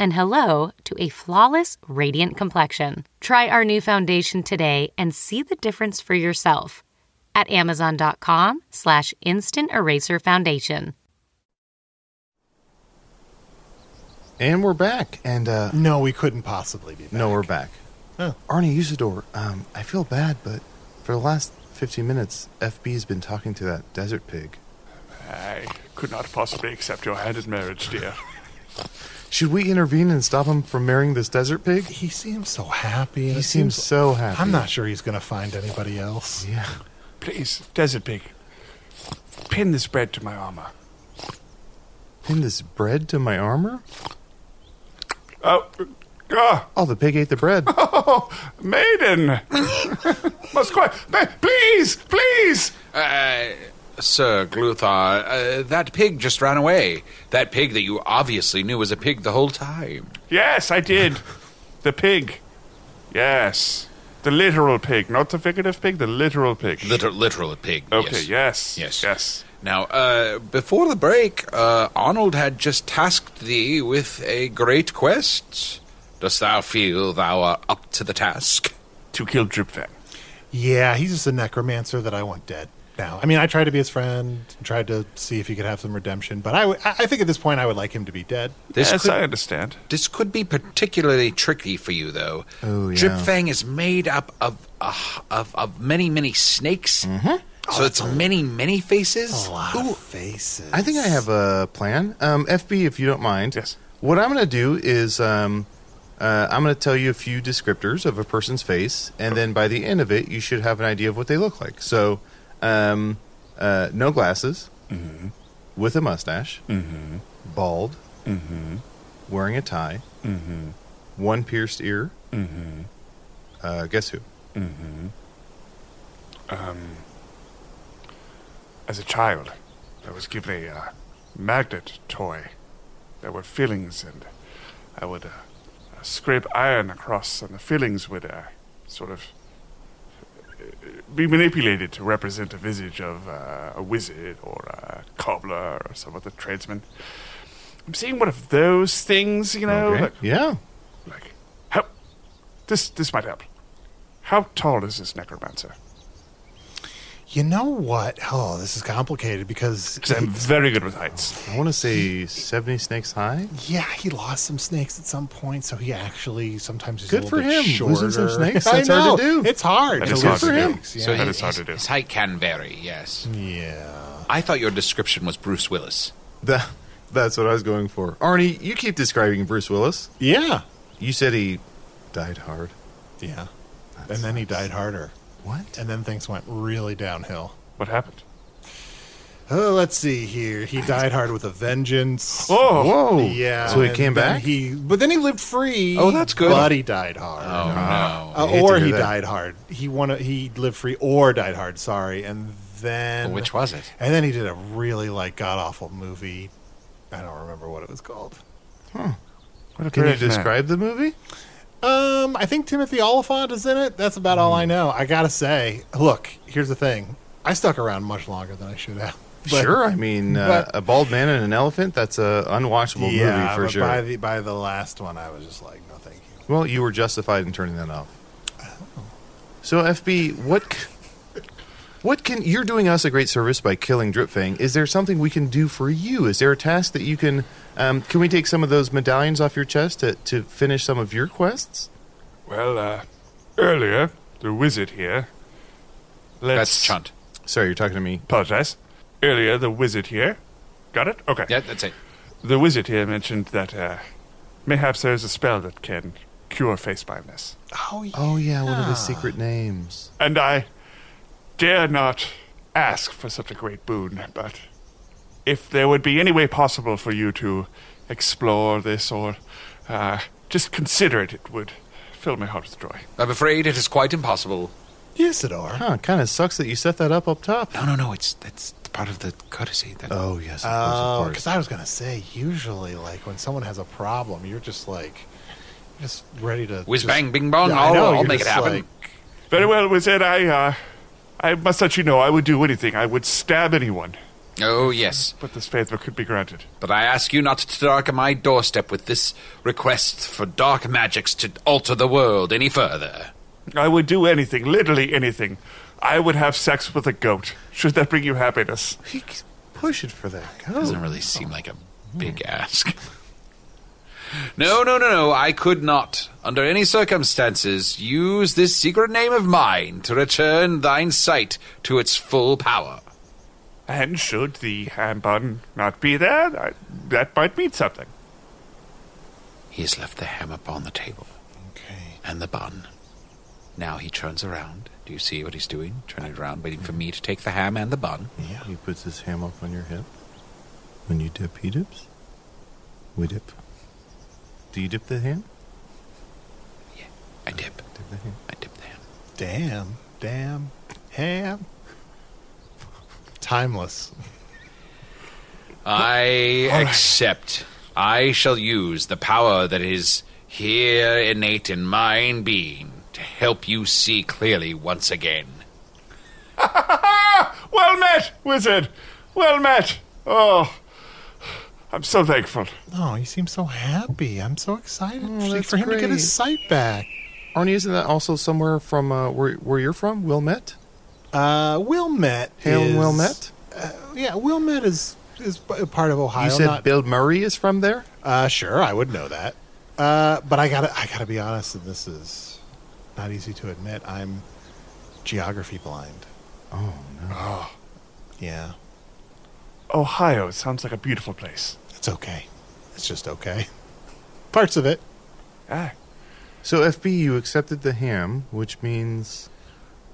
Speaker 12: and hello to a flawless, radiant complexion. Try our new foundation today and see the difference for yourself at amazon.com slash instant eraser foundation.
Speaker 6: And we're back. And uh,
Speaker 5: no, we couldn't possibly be. Back.
Speaker 6: No, we're back. Arnie Usador, um, I feel bad, but for the last 15 minutes, FB's been talking to that desert pig.
Speaker 8: I could not possibly accept your hand in marriage, dear.
Speaker 6: Should we intervene and stop him from marrying this desert pig?
Speaker 5: He seems so happy.
Speaker 6: He seems so happy.
Speaker 5: I'm not sure he's going to find anybody else.
Speaker 6: Yeah.
Speaker 8: Please, Desert Pig, pin this bread to my armor.
Speaker 6: Pin this bread to my armor?
Speaker 8: Oh, ah,
Speaker 6: Oh, the pig ate the bread.
Speaker 8: oh, maiden! Must quiet. Ma- please, please!
Speaker 7: Uh, Sir Gluthar, uh, that pig just ran away. That pig that you obviously knew was a pig the whole time.
Speaker 8: Yes, I did. The pig. Yes. The literal pig, not the figurative pig, the literal pig.
Speaker 7: Liter- literal pig.
Speaker 8: Okay,
Speaker 7: yes.
Speaker 8: yes.
Speaker 7: Yes.
Speaker 8: Yes.
Speaker 7: Now, uh, before the break, uh, Arnold had just tasked thee with a great quest. Dost thou feel thou art up to the task?
Speaker 8: To kill Dripvan.
Speaker 5: Yeah, he's just a necromancer that I want dead now. I mean, I tried to be his friend, tried to see if he could have some redemption, but I would- I I think at this point I would like him to be dead.
Speaker 7: This
Speaker 8: yes,
Speaker 7: could-
Speaker 8: I understand.
Speaker 7: This could be particularly tricky for you, though.
Speaker 6: Oh, yeah.
Speaker 7: Dripfang is made up of uh, of, of many, many snakes. Mm-hmm. So it's many, many
Speaker 8: Oh,
Speaker 7: faces.
Speaker 5: Ooh. faces.
Speaker 6: I think I have a plan. Um, FB, if you don't mind.
Speaker 8: Yes.
Speaker 6: What I'm going to do is um, uh, I'm going to tell you a few descriptors of a person's face, and then by the end of it, you should have an idea of what they look like. So, um, uh, no glasses, with a mustache, bald, wearing a tie, one pierced ear. Uh, guess who?
Speaker 8: As a child, I was given a uh, magnet toy. There were fillings, and I would uh, uh, scrape iron across, and the fillings would uh, sort of uh, be manipulated to represent a visage of uh, a wizard or a cobbler or some other tradesman. I'm seeing one of those things, you know,
Speaker 6: Okay.
Speaker 8: like,
Speaker 6: Yeah.
Speaker 8: like how this this might help. How tall is this necromancer?
Speaker 5: You know what? Oh, this is complicated because
Speaker 8: Because I'm very good with heights.
Speaker 6: I want to say 70 snakes high.
Speaker 5: yeah, he lost some snakes at some point, so he actually sometimes is a
Speaker 6: Good
Speaker 5: little
Speaker 6: for
Speaker 5: bit
Speaker 6: him. Losing some
Speaker 5: shorter.
Speaker 6: snakes,
Speaker 5: I
Speaker 6: that's hard to
Speaker 5: know.
Speaker 6: do.
Speaker 5: It's hard.
Speaker 8: That
Speaker 5: to
Speaker 8: is
Speaker 5: lose
Speaker 8: hard to do.
Speaker 5: snakes, Yeah.
Speaker 8: So That
Speaker 7: his,
Speaker 8: is hard to do.
Speaker 7: his height can vary, yes.
Speaker 5: yeah.
Speaker 7: I thought your description was Bruce Willis.
Speaker 6: That, that's what I was going for. Arnie, you keep describing Bruce Willis.
Speaker 5: Yeah.
Speaker 6: You said he died hard.
Speaker 5: Yeah. and then he died harder.
Speaker 6: What?
Speaker 5: And then things went really downhill.
Speaker 8: What happened?
Speaker 5: Uh, let's see here. He died hard with a vengeance.
Speaker 8: Oh. Whoa.
Speaker 5: yeah.
Speaker 8: So he
Speaker 5: and
Speaker 8: came
Speaker 5: then
Speaker 8: back?
Speaker 5: He, but then he lived free.
Speaker 8: Oh, that's good.
Speaker 5: But he died hard.
Speaker 8: Oh,
Speaker 5: Uh,
Speaker 8: no. I hate to
Speaker 5: or
Speaker 8: hear
Speaker 5: he
Speaker 8: that.
Speaker 5: died hard. He won. A, he lived free or died hard. Sorry, and then
Speaker 7: Which was it?
Speaker 5: And then he did a really like god awful movie. I don't remember what it was called.
Speaker 6: Can you
Speaker 5: Great man.
Speaker 6: describe the movie?
Speaker 5: Um, I think Timothy Oliphant is in it. That's about all
Speaker 6: Mm-hmm.
Speaker 5: I know. I gotta say, look, here's the thing. I stuck around much longer than I should have. But-
Speaker 6: sure. I mean, uh,
Speaker 5: but-
Speaker 6: a bald man and an elephant, that's a unwatchable movie for
Speaker 5: but
Speaker 6: sure.
Speaker 5: By the by the last one, I was just like, no, thank you.
Speaker 6: Well, you were justified in turning that off.
Speaker 5: Oh.
Speaker 6: So, FB, what c- what can you're doing us a great service by killing Dripfang? Is there something we can do for you? Is there a task that you can um, can we take some of those medallions off your chest to, to finish some of your quests?
Speaker 8: Well, uh, earlier, the wizard here. Let's... That's
Speaker 7: Chunt.
Speaker 6: Sorry, you're talking to me.
Speaker 8: Apologize. Earlier, the wizard here. Got it? Okay.
Speaker 7: Yeah, that's it.
Speaker 8: The wizard here mentioned that uh, mayhaps there is a spell that can cure face blindness.
Speaker 5: Oh yeah.
Speaker 6: Oh yeah, one of his secret names.
Speaker 8: And I dare not ask for such a great boon, but if there would be any way possible for you to explore this or uh, just consider it, it would fill my heart with joy.
Speaker 7: I'm afraid it is quite impossible.
Speaker 5: Yes, it are.
Speaker 6: Huh, kind of sucks that you set that up up top.
Speaker 7: No, no, no. It's that's part of the courtesy. That
Speaker 6: oh yes, of course, of
Speaker 5: Oh,
Speaker 6: course.
Speaker 5: because I was gonna say, usually, like when someone has a problem, you're just like, just ready to
Speaker 7: Whiz
Speaker 5: just-
Speaker 7: bang, bing bong.
Speaker 5: Yeah, I
Speaker 7: I'll,
Speaker 5: know,
Speaker 7: I'll
Speaker 5: you're
Speaker 7: make it
Speaker 5: just
Speaker 7: happen.
Speaker 5: like-
Speaker 8: Very well, wizard. I, uh, I must let you know I would do anything. I would stab anyone,
Speaker 7: Oh yes.
Speaker 8: but this favor could be granted.
Speaker 7: But I ask you not to darken my doorstep with this request for dark magics to alter the world any further.
Speaker 8: I would do anything, literally anything. I would have sex with a goat. Should that bring you happiness?
Speaker 6: Push it for that.
Speaker 7: Doesn't really seem like a big ask. Hmm. No, no, no, no. I could not, under any circumstances, use this secret name of mine to return thine sight to its full power.
Speaker 8: And should the ham bun not be there, I, that might mean something.
Speaker 7: He has left the ham upon the table. Okay. And the bun. Now he turns around. Do you see what he's doing? Turning around, waiting for me to take the ham and the bun.
Speaker 6: Yeah. He puts his ham up on your hip. When you dip, he dips. We dip. Do you dip the ham?
Speaker 7: I dip.
Speaker 6: Dip the ham.
Speaker 7: I dip the ham.
Speaker 5: Damn, damn, ham. Timeless.
Speaker 7: I accept. I shall use the power that is here innate in mine being to help you see clearly once again.
Speaker 8: Well met, wizard. Well met. Oh, I'm so thankful.
Speaker 5: Oh, he seems so happy. I'm so excited for-
Speaker 6: Oh, that's
Speaker 5: for him to get
Speaker 6: great.
Speaker 5: his sight back.
Speaker 6: Arnie, isn't that also somewhere from uh, where where you're from? Wilmette.
Speaker 5: Uh, Wilmette.
Speaker 6: Hail
Speaker 5: is,
Speaker 6: Wilmette.
Speaker 5: Yeah, Wilmette is is p- part of Ohio.
Speaker 6: you said
Speaker 5: not-
Speaker 6: Bill Murray is from there.
Speaker 5: Uh, sure, I would know that. Uh, but I gotta, I gotta be honest, and this is not easy to admit. I'm geography blind. Ah.
Speaker 6: Oh no.
Speaker 5: Yeah,
Speaker 8: Ohio sounds like a beautiful place.
Speaker 5: it's okay. It's just okay. Parts of it.
Speaker 8: Ah,
Speaker 6: So FB, you accepted the ham, which means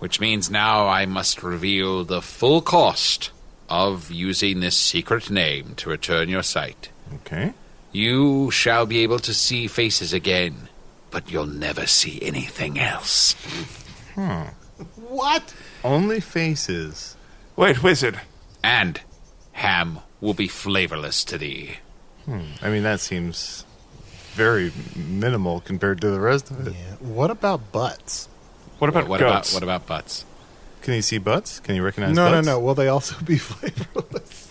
Speaker 7: Which means now I must reveal the full cost of using this secret name to return your sight.
Speaker 6: okay.
Speaker 7: You shall be able to see faces again, but you'll never see anything else.
Speaker 5: What?
Speaker 6: Only faces.
Speaker 8: wait, wizard.
Speaker 7: And ham will be flavorless to thee.
Speaker 6: I mean, that seems very minimal compared to the rest of it.
Speaker 5: Yeah. What about butts?
Speaker 8: What about
Speaker 7: what
Speaker 8: goats?
Speaker 7: about what about butts?
Speaker 6: Can you see butts? Can you recognize?
Speaker 5: No, no,
Speaker 6: butts?
Speaker 5: no. Will they also be flavorless?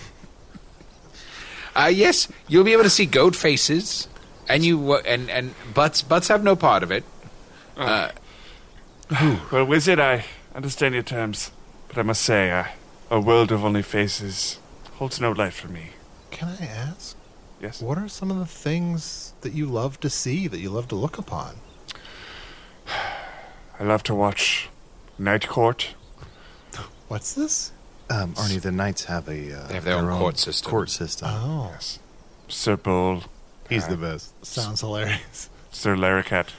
Speaker 7: Uh, yes, you'll be able to see goat faces, and you uh, and and butts butts have no part of it. Uh,
Speaker 8: Well, wizard, I understand your terms, but I must say, uh, a world of only faces holds no light for me.
Speaker 5: Can I ask?
Speaker 8: Yes.
Speaker 5: What are some of the things that you love to see? That you love to look upon?
Speaker 8: I love to watch Night Court.
Speaker 5: What's this?
Speaker 6: Um, Arnie, the knights have a uh,
Speaker 7: They have their own court system.
Speaker 6: Court system.
Speaker 5: Oh,
Speaker 8: Yes. Sir Bull,
Speaker 6: He's the best.
Speaker 5: sounds hilarious.
Speaker 8: Sir Laricat.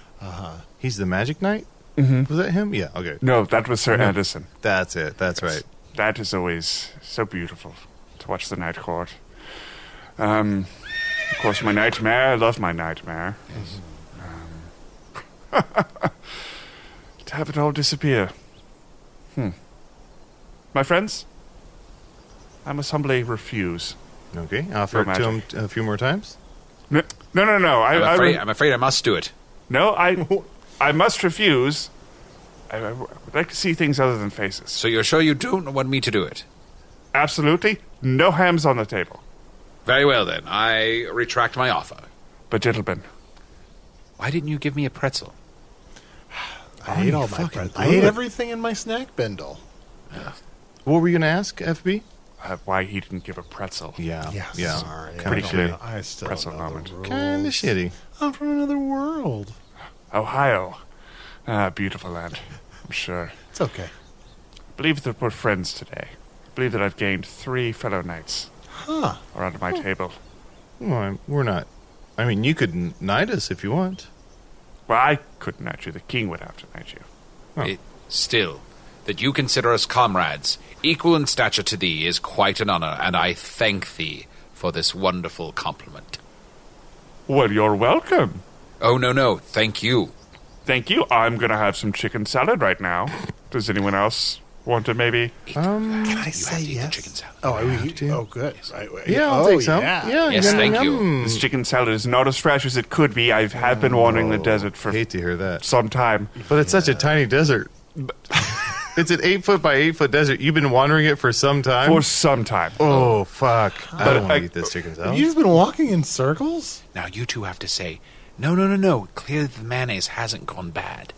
Speaker 6: He's the magic knight.
Speaker 7: Mm-hmm.
Speaker 6: Was that him? Yeah. Okay.
Speaker 8: No, that was Sir Anderson.
Speaker 6: That's it. That's right.
Speaker 8: That is always so beautiful to watch the Night Court. Um, of course, my nightmare. I love my nightmare. Um, to have it all disappear. Hmm. My friends, I must humbly refuse.
Speaker 6: Okay, offer it to him t- a few more times.
Speaker 8: No, no, no. no. I,
Speaker 7: I'm
Speaker 8: I
Speaker 7: afraid,
Speaker 8: would-
Speaker 7: I'm afraid I must do it.
Speaker 8: no, I, I must refuse. I, I would like to see things other than faces. So
Speaker 7: you're sure you don't want me to do it?
Speaker 8: Absolutely. No hams on the table.
Speaker 7: Very well, then. I retract my offer.
Speaker 8: But, gentlemen.
Speaker 7: Why didn't you give me a pretzel?
Speaker 5: I ate all my.
Speaker 7: fucking
Speaker 5: bread.
Speaker 7: blew
Speaker 5: I ate
Speaker 7: it.
Speaker 5: everything in my snack bindle.
Speaker 6: What were you going to ask, FB?
Speaker 8: Uh, why he didn't give a pretzel.
Speaker 6: Yeah.
Speaker 5: Yes.
Speaker 6: Yeah.
Speaker 5: Sorry,
Speaker 8: Pretty
Speaker 5: I don't
Speaker 8: clear.
Speaker 5: know. I still
Speaker 8: pretzel
Speaker 5: don't know the
Speaker 8: moment.
Speaker 5: rules.
Speaker 6: Kinda shitty.
Speaker 5: I'm from another world.
Speaker 8: Ohio. Ah, beautiful land. I'm sure.
Speaker 5: It's okay.
Speaker 8: I believe that we're friends today. I believe that I've gained three fellow knights
Speaker 5: Huh.
Speaker 8: around
Speaker 6: Hmm.
Speaker 8: my table.
Speaker 6: Well, I'm- we're not. I mean, you could n- knight us if you want.
Speaker 8: Well, I couldn't knight you. The king would have to knight you.
Speaker 7: It, still, that you consider us comrades, equal in stature to thee, is quite an honor, and I thank thee for this wonderful compliment.
Speaker 8: Well, you're welcome.
Speaker 7: Oh, no, no. Thank you.
Speaker 8: Thank you. I'm going to have some chicken salad right now. Does anyone else want to maybe?
Speaker 6: Um,
Speaker 5: Can I say yes? Oh, I would eat. Oh, good. Right, right.
Speaker 6: Yeah, I'll
Speaker 5: oh,
Speaker 6: take some. Yeah,
Speaker 7: Yes, yum, thank you.
Speaker 6: Hmm.
Speaker 7: yum.
Speaker 8: This chicken salad is not as fresh as it could be. I have been wandering the desert for
Speaker 6: Oh, hate to hear that.
Speaker 8: some time.
Speaker 6: But it's such a tiny desert. it's an eight foot by eight foot desert. You've been wandering it for some time.
Speaker 8: For some time.
Speaker 6: Oh fuck! I
Speaker 8: But
Speaker 6: don't want
Speaker 8: I-
Speaker 6: to eat this chicken
Speaker 5: Have
Speaker 6: salad.
Speaker 5: you just been walking in circles?
Speaker 7: Now you two have to say, no, no, no, no. Clearly the mayonnaise hasn't gone bad.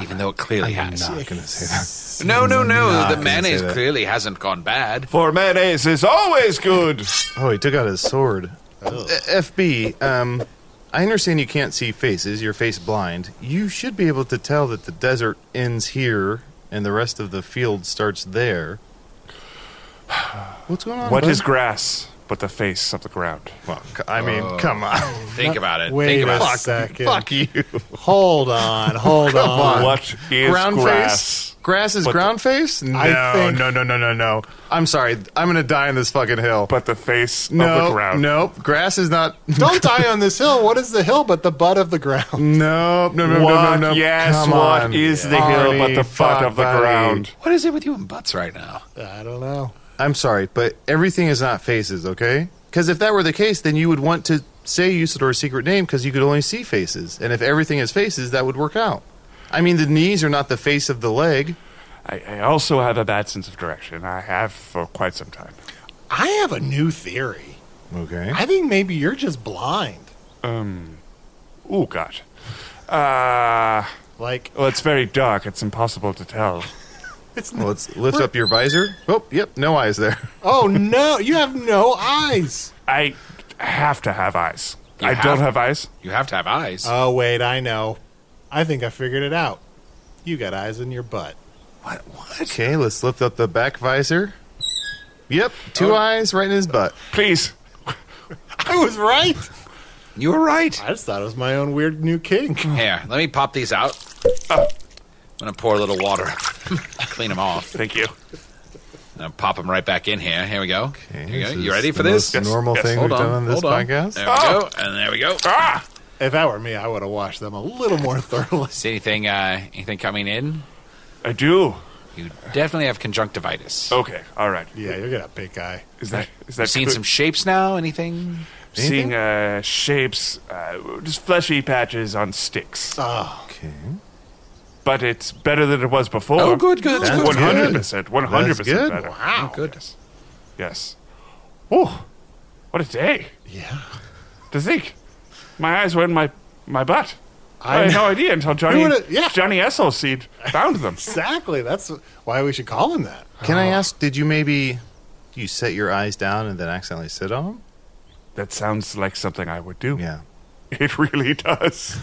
Speaker 7: Even though it clearly has.
Speaker 6: I'm not gonna say that.
Speaker 7: No, no,
Speaker 6: Nah,
Speaker 7: no.
Speaker 6: I
Speaker 7: the
Speaker 6: can
Speaker 7: mayonnaise
Speaker 6: say that.
Speaker 7: clearly hasn't gone bad.
Speaker 8: For mayonnaise is always good.
Speaker 6: Oh, he took out his sword.
Speaker 8: Oh.
Speaker 6: Uh, F- FB, um, I understand you can't see faces. You're face blind. You should be able to tell that the desert ends here and the rest of the field starts there. What's going on?
Speaker 8: What
Speaker 6: bud?
Speaker 8: is grass but the face of the ground?
Speaker 6: Well, c- I mean,
Speaker 8: Uh,
Speaker 6: come on.
Speaker 7: Think about it.
Speaker 5: Wait
Speaker 7: Think
Speaker 5: a
Speaker 7: about it.
Speaker 6: Fuck-
Speaker 5: second.
Speaker 6: Fuck you.
Speaker 5: Hold on. Hold
Speaker 6: Come
Speaker 5: on.
Speaker 6: on.
Speaker 8: What is
Speaker 6: ground
Speaker 8: grass?
Speaker 6: face? Grass is
Speaker 8: But the-
Speaker 6: ground face? No,
Speaker 5: I think-
Speaker 6: no, no, no, no, no. I'm sorry. I'm going to die on this fucking hill.
Speaker 8: But the face of the
Speaker 6: no,
Speaker 8: ground.
Speaker 6: nope. Grass is not.
Speaker 5: Don't die on this hill. What is the hill but the butt of the ground?
Speaker 6: Nope, no, no, no, no,
Speaker 8: What?
Speaker 6: no.
Speaker 8: Yes,
Speaker 6: Come
Speaker 8: what
Speaker 6: on.
Speaker 8: is the hill but
Speaker 6: Arnie,
Speaker 8: the butt
Speaker 6: fuck,
Speaker 8: of the
Speaker 6: buddy.
Speaker 8: ground?
Speaker 7: What is it with you and butts right now?
Speaker 5: I don't know.
Speaker 6: I'm sorry, but everything is not faces, okay? Because if that were the case, then you would want to say Usador's secret name because you could only see faces. And if everything is faces, that would work out. I mean, the knees are not the face of the leg.
Speaker 8: I, I also have a bad sense of direction. I have for quite some time.
Speaker 5: I have a new theory.
Speaker 6: Okay.
Speaker 5: I think maybe you're just blind.
Speaker 8: Um. Oh God. Uh,
Speaker 5: Like
Speaker 8: well, it's very dark. It's impossible to tell.
Speaker 5: it's
Speaker 6: Well, let's lift up your visor. Oh, yep, no eyes there.
Speaker 5: Oh no, you have no eyes.
Speaker 8: I have to have eyes.
Speaker 7: You
Speaker 8: I
Speaker 7: have-
Speaker 8: don't have eyes.
Speaker 7: You have to have eyes.
Speaker 5: Oh wait, I know. I think I figured it out. You got eyes in your butt.
Speaker 7: what? What?
Speaker 6: Okay, let's lift up the back visor. Yep,
Speaker 8: Oh.
Speaker 6: two eyes right in his butt.
Speaker 8: Please.
Speaker 5: I was right.
Speaker 7: You were right.
Speaker 5: I just thought it was my own weird new kink.
Speaker 7: Here, let me pop these out.
Speaker 8: Ah.
Speaker 7: I'm going to pour a little water. Clean them off.
Speaker 8: Thank you.
Speaker 7: And I'll pop them right back in here. Here we go. Here
Speaker 6: Okay,
Speaker 7: we go.
Speaker 6: this
Speaker 7: You
Speaker 6: is
Speaker 7: ready for
Speaker 6: the
Speaker 7: this?
Speaker 6: most normal
Speaker 8: yes,
Speaker 6: thing
Speaker 7: Hold
Speaker 6: we've
Speaker 7: on.
Speaker 6: done on this
Speaker 7: hold on.
Speaker 6: podcast.
Speaker 7: There we
Speaker 8: Ah!
Speaker 7: go. And there we go.
Speaker 8: Ah.
Speaker 5: If that were me, I would have washed them a little more thoroughly.
Speaker 7: See anything, uh, anything coming in?
Speaker 8: I do.
Speaker 7: You definitely have conjunctivitis.
Speaker 8: Okay. All right.
Speaker 5: Yeah, you're gonna pink eye.
Speaker 8: Is that is that
Speaker 7: You've seen
Speaker 8: good?
Speaker 7: some shapes now? Anything?
Speaker 8: seeing uh, shapes, uh, just fleshy patches on sticks?
Speaker 5: Oh,
Speaker 6: Okay.
Speaker 8: but it's better than it was before.
Speaker 7: Oh, good, good.
Speaker 6: That's
Speaker 8: One
Speaker 6: good.
Speaker 8: hundred percent. One hundred
Speaker 6: That's good.
Speaker 8: percent better.
Speaker 5: wow.
Speaker 7: Good.
Speaker 8: Yes. Oh, what a day
Speaker 5: Yeah.
Speaker 8: to think. My eyes were in my my butt. I,
Speaker 5: I
Speaker 8: had
Speaker 5: know.
Speaker 8: no idea until Johnny
Speaker 5: would've- yeah.
Speaker 8: Johnny Esselseed found them.
Speaker 5: Exactly. That's why we should call him that.
Speaker 6: Can
Speaker 8: Uh-huh.
Speaker 6: I ask, did you maybe you set your eyes down and then accidentally sit on them?
Speaker 8: that sounds like something I would do.
Speaker 6: Yeah.
Speaker 8: It really does.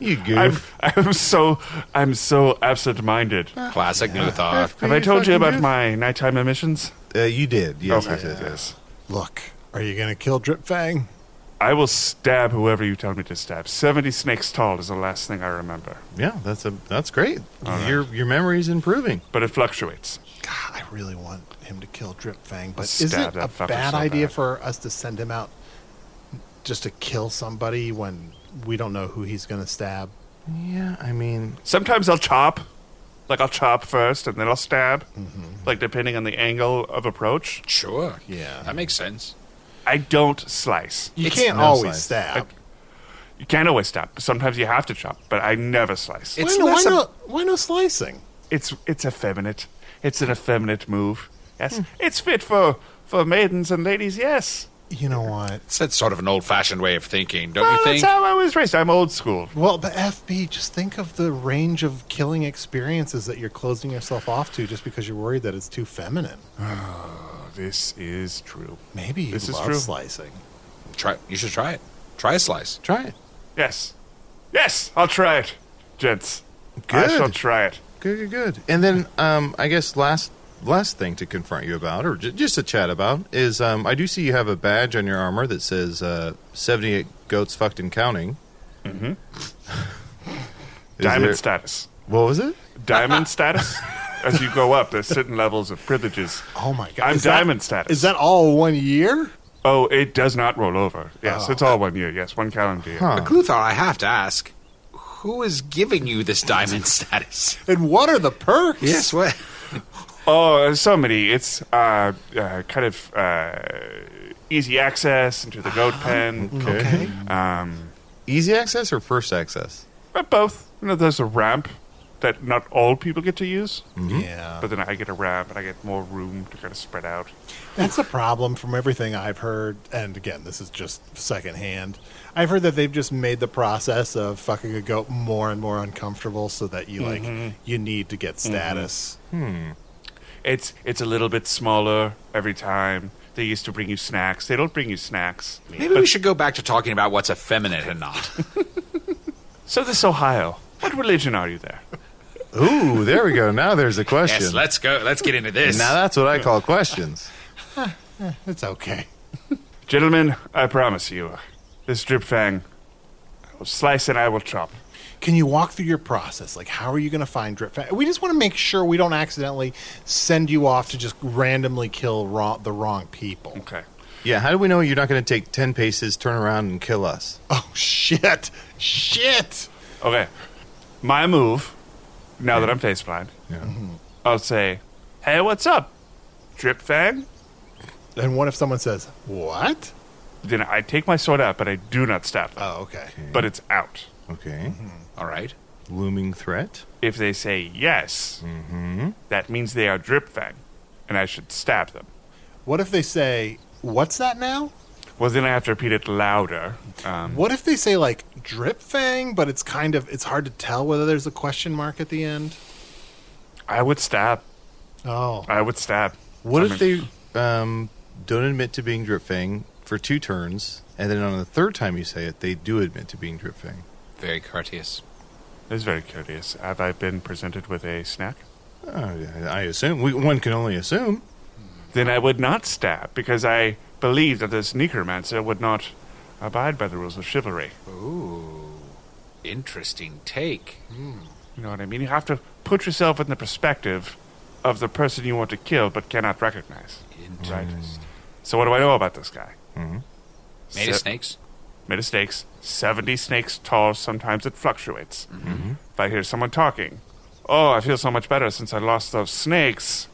Speaker 6: You
Speaker 8: I'm
Speaker 6: goof.
Speaker 8: I'm so I'm so absent-minded.
Speaker 7: Classic new thought.
Speaker 8: Have I told you about my nighttime emissions?
Speaker 6: Uh, you did. Yes,
Speaker 8: okay.
Speaker 6: you did.
Speaker 8: Yes.
Speaker 5: Look, are you gonna kill Drip Fang?
Speaker 8: I will stab whoever you tell me to stab. 70 snakes tall is the last thing I remember.
Speaker 6: Yeah, that's a that's great. Your your memory's improving,
Speaker 8: but it fluctuates.
Speaker 5: I really want him to kill Drip Fang, but
Speaker 8: Stab
Speaker 5: is it
Speaker 8: that
Speaker 5: a
Speaker 8: fucker
Speaker 5: bad
Speaker 8: so
Speaker 5: idea
Speaker 8: bad.
Speaker 5: for us to send him out just to kill somebody when we don't know who he's going to stab?
Speaker 6: Yeah, I mean,
Speaker 8: Sometimes I'll chop. Like I'll chop first and then I'll stab.
Speaker 6: Mm-hmm.
Speaker 8: Like depending on the angle of approach.
Speaker 7: Sure.
Speaker 5: Yeah.
Speaker 7: That makes sense.
Speaker 8: I don't slice.
Speaker 5: You It's can't no always slice. stab.
Speaker 8: I- you can't always stab. Sometimes you have to chop, but I never slice.
Speaker 5: why, no, why, no, why no slicing?
Speaker 8: It's it's effeminate. It's an effeminate move. Yes, it's fit for for maidens and ladies. Yes.
Speaker 5: You know what?
Speaker 7: It's that's sort of an old fashioned way of thinking, don't
Speaker 8: Well,
Speaker 7: you
Speaker 8: that's
Speaker 7: think?
Speaker 8: how I was raised. I'm old school.
Speaker 5: Well, but FB, just think of the range of killing experiences that you're closing yourself off to just because you're worried that it's too feminine.
Speaker 8: this is true.
Speaker 5: Maybe you
Speaker 8: This is
Speaker 5: love
Speaker 8: true.
Speaker 5: slicing.
Speaker 7: Try you should try it. Try a slice.
Speaker 6: Try it.
Speaker 8: Yes. Yes, I'll try it, gents.
Speaker 6: Good.
Speaker 8: I shall try it.
Speaker 6: Good, good, good. And then um, I guess last last thing to confront you about, or j- just to chat about, is um, I do see you have a badge on your armor that says uh, seventy eight goats fucked and counting. Mm-hmm.
Speaker 8: Diamond status.
Speaker 6: What was it?
Speaker 8: Diamond status. As you go up, there's certain levels of privileges.
Speaker 5: Oh my god!
Speaker 8: I'm
Speaker 5: Is that-
Speaker 8: diamond status.
Speaker 5: Is that all one year?
Speaker 8: Oh, it does not roll over. Yes,
Speaker 5: Oh.
Speaker 8: it's all one year. Yes, one calendar year.
Speaker 7: But Cluthar, I have to ask, who is giving you this diamond status?
Speaker 5: And what are the perks?
Speaker 7: Yes, what?
Speaker 8: Oh, so many. It's uh, uh, kind of uh, easy access into the goat
Speaker 5: Uh-huh.
Speaker 8: pen.
Speaker 6: okay.
Speaker 8: Um,
Speaker 6: Easy access or first access?
Speaker 8: but both. You know, there's a ramp that not all people get to use.
Speaker 5: Mm. Yeah.
Speaker 8: Mm-hmm. But then I get a ramp and I get more room to kind of spread out.
Speaker 5: That's a problem from everything I've heard. And again, this is just secondhand. I've heard that they've just made the process of fucking a goat more and more uncomfortable so that you
Speaker 8: Mhm.
Speaker 5: like you need to get
Speaker 8: Mm-hmm.
Speaker 5: status.
Speaker 8: Hmm. It's it's a little bit smaller every time. They used to bring you snacks. They don't bring you snacks.
Speaker 7: Maybe we should go back to talking about what's effeminate and not.
Speaker 8: So this Ohio, what religion are you there?
Speaker 6: Ooh, there we go. Now there's a question.
Speaker 7: yes, let's go. Let's get into this.
Speaker 6: Now that's what I call questions.
Speaker 5: Eh, it's okay.
Speaker 8: Gentlemen, I promise you, this drip fang I will slice and I will chop.
Speaker 5: Can you walk through your process? Like, how are you going to find drip? Fa- we just want to make sure we don't accidentally send you off to just randomly kill wrong, the wrong people.
Speaker 8: Okay.
Speaker 6: Yeah, how do we know you're not going to take 10 paces, turn around, and kill us?
Speaker 5: Oh, shit. Shit.
Speaker 8: Okay. My move, now that I'm face blind, I'll say, Hey, what's up, drip fang?
Speaker 5: And what if someone says, What?
Speaker 8: Then I take my sword out, but I do not stab them.
Speaker 5: Oh, okay.
Speaker 8: But it's out.
Speaker 6: Okay.
Speaker 7: All right.
Speaker 6: Looming threat.
Speaker 8: If they say yes,
Speaker 6: Mm-hmm.
Speaker 8: that means they are drip fang, and I should stab them.
Speaker 5: What if they say, What's that now?
Speaker 8: Well, then I have to repeat it louder. Um,
Speaker 5: What if they say like drip fang, but it's kind of it's hard to tell whether there's a question mark at the end?
Speaker 8: I would stab.
Speaker 6: Hmm.
Speaker 5: Oh.
Speaker 8: I would stab.
Speaker 6: What
Speaker 8: I
Speaker 6: if
Speaker 8: mean-
Speaker 6: they um, don't admit to being drip fang for two turns, and then on the third time you say it, they do admit to being drip fang?
Speaker 7: Very courteous.
Speaker 8: It's very courteous. Have I been presented with a snack?
Speaker 6: Oh, yeah, I assume. We, one can only assume.
Speaker 8: Then I would not stab because I believe that this necromancer would not abide by the rules of chivalry.
Speaker 7: Ooh, interesting take.
Speaker 8: You know what I mean? You have to put yourself in the perspective of the person you want to kill but cannot recognize. Right.
Speaker 6: Mm.
Speaker 8: So what do I know about this guy?
Speaker 7: Made
Speaker 8: Se-
Speaker 7: of snakes.
Speaker 8: Made of snakes. Seventy snakes tall. Sometimes it fluctuates. If I hear someone talking, oh, I feel so much better since I lost those snakes.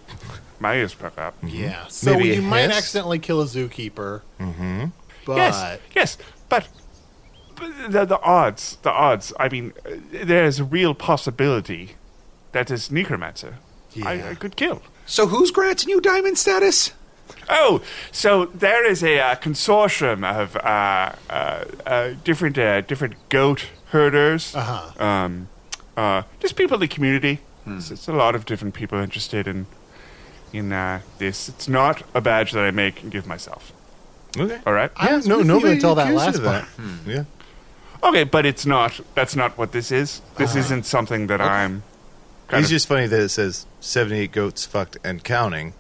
Speaker 8: My ears perk up.
Speaker 5: Yeah. So
Speaker 6: Maybe a
Speaker 5: you might
Speaker 6: hiss?
Speaker 5: accidentally kill a zookeeper,
Speaker 6: Mm-hmm.
Speaker 5: but
Speaker 8: yes, yes, but, but the, the odds, the odds. I mean, uh, there's a real possibility that this necromancer I, I could kill.
Speaker 7: So who's granting you diamond status?
Speaker 8: Oh, so there is a uh, consortium of uh, uh, uh, different uh, different goat herders, uh-huh. um, uh, just people in the community. So it's a lot of different people interested in in uh, this. It's not a badge that I make and give myself.
Speaker 6: Okay.
Speaker 8: All right.
Speaker 5: I was with you until that
Speaker 6: accused
Speaker 5: last
Speaker 6: you of
Speaker 5: part.
Speaker 6: Yeah.
Speaker 8: Okay, but it's not. That's not what this is. This isn't something that I'm. Kind
Speaker 6: It's
Speaker 8: of,
Speaker 6: just funny that it says 78 goats fucked and counting.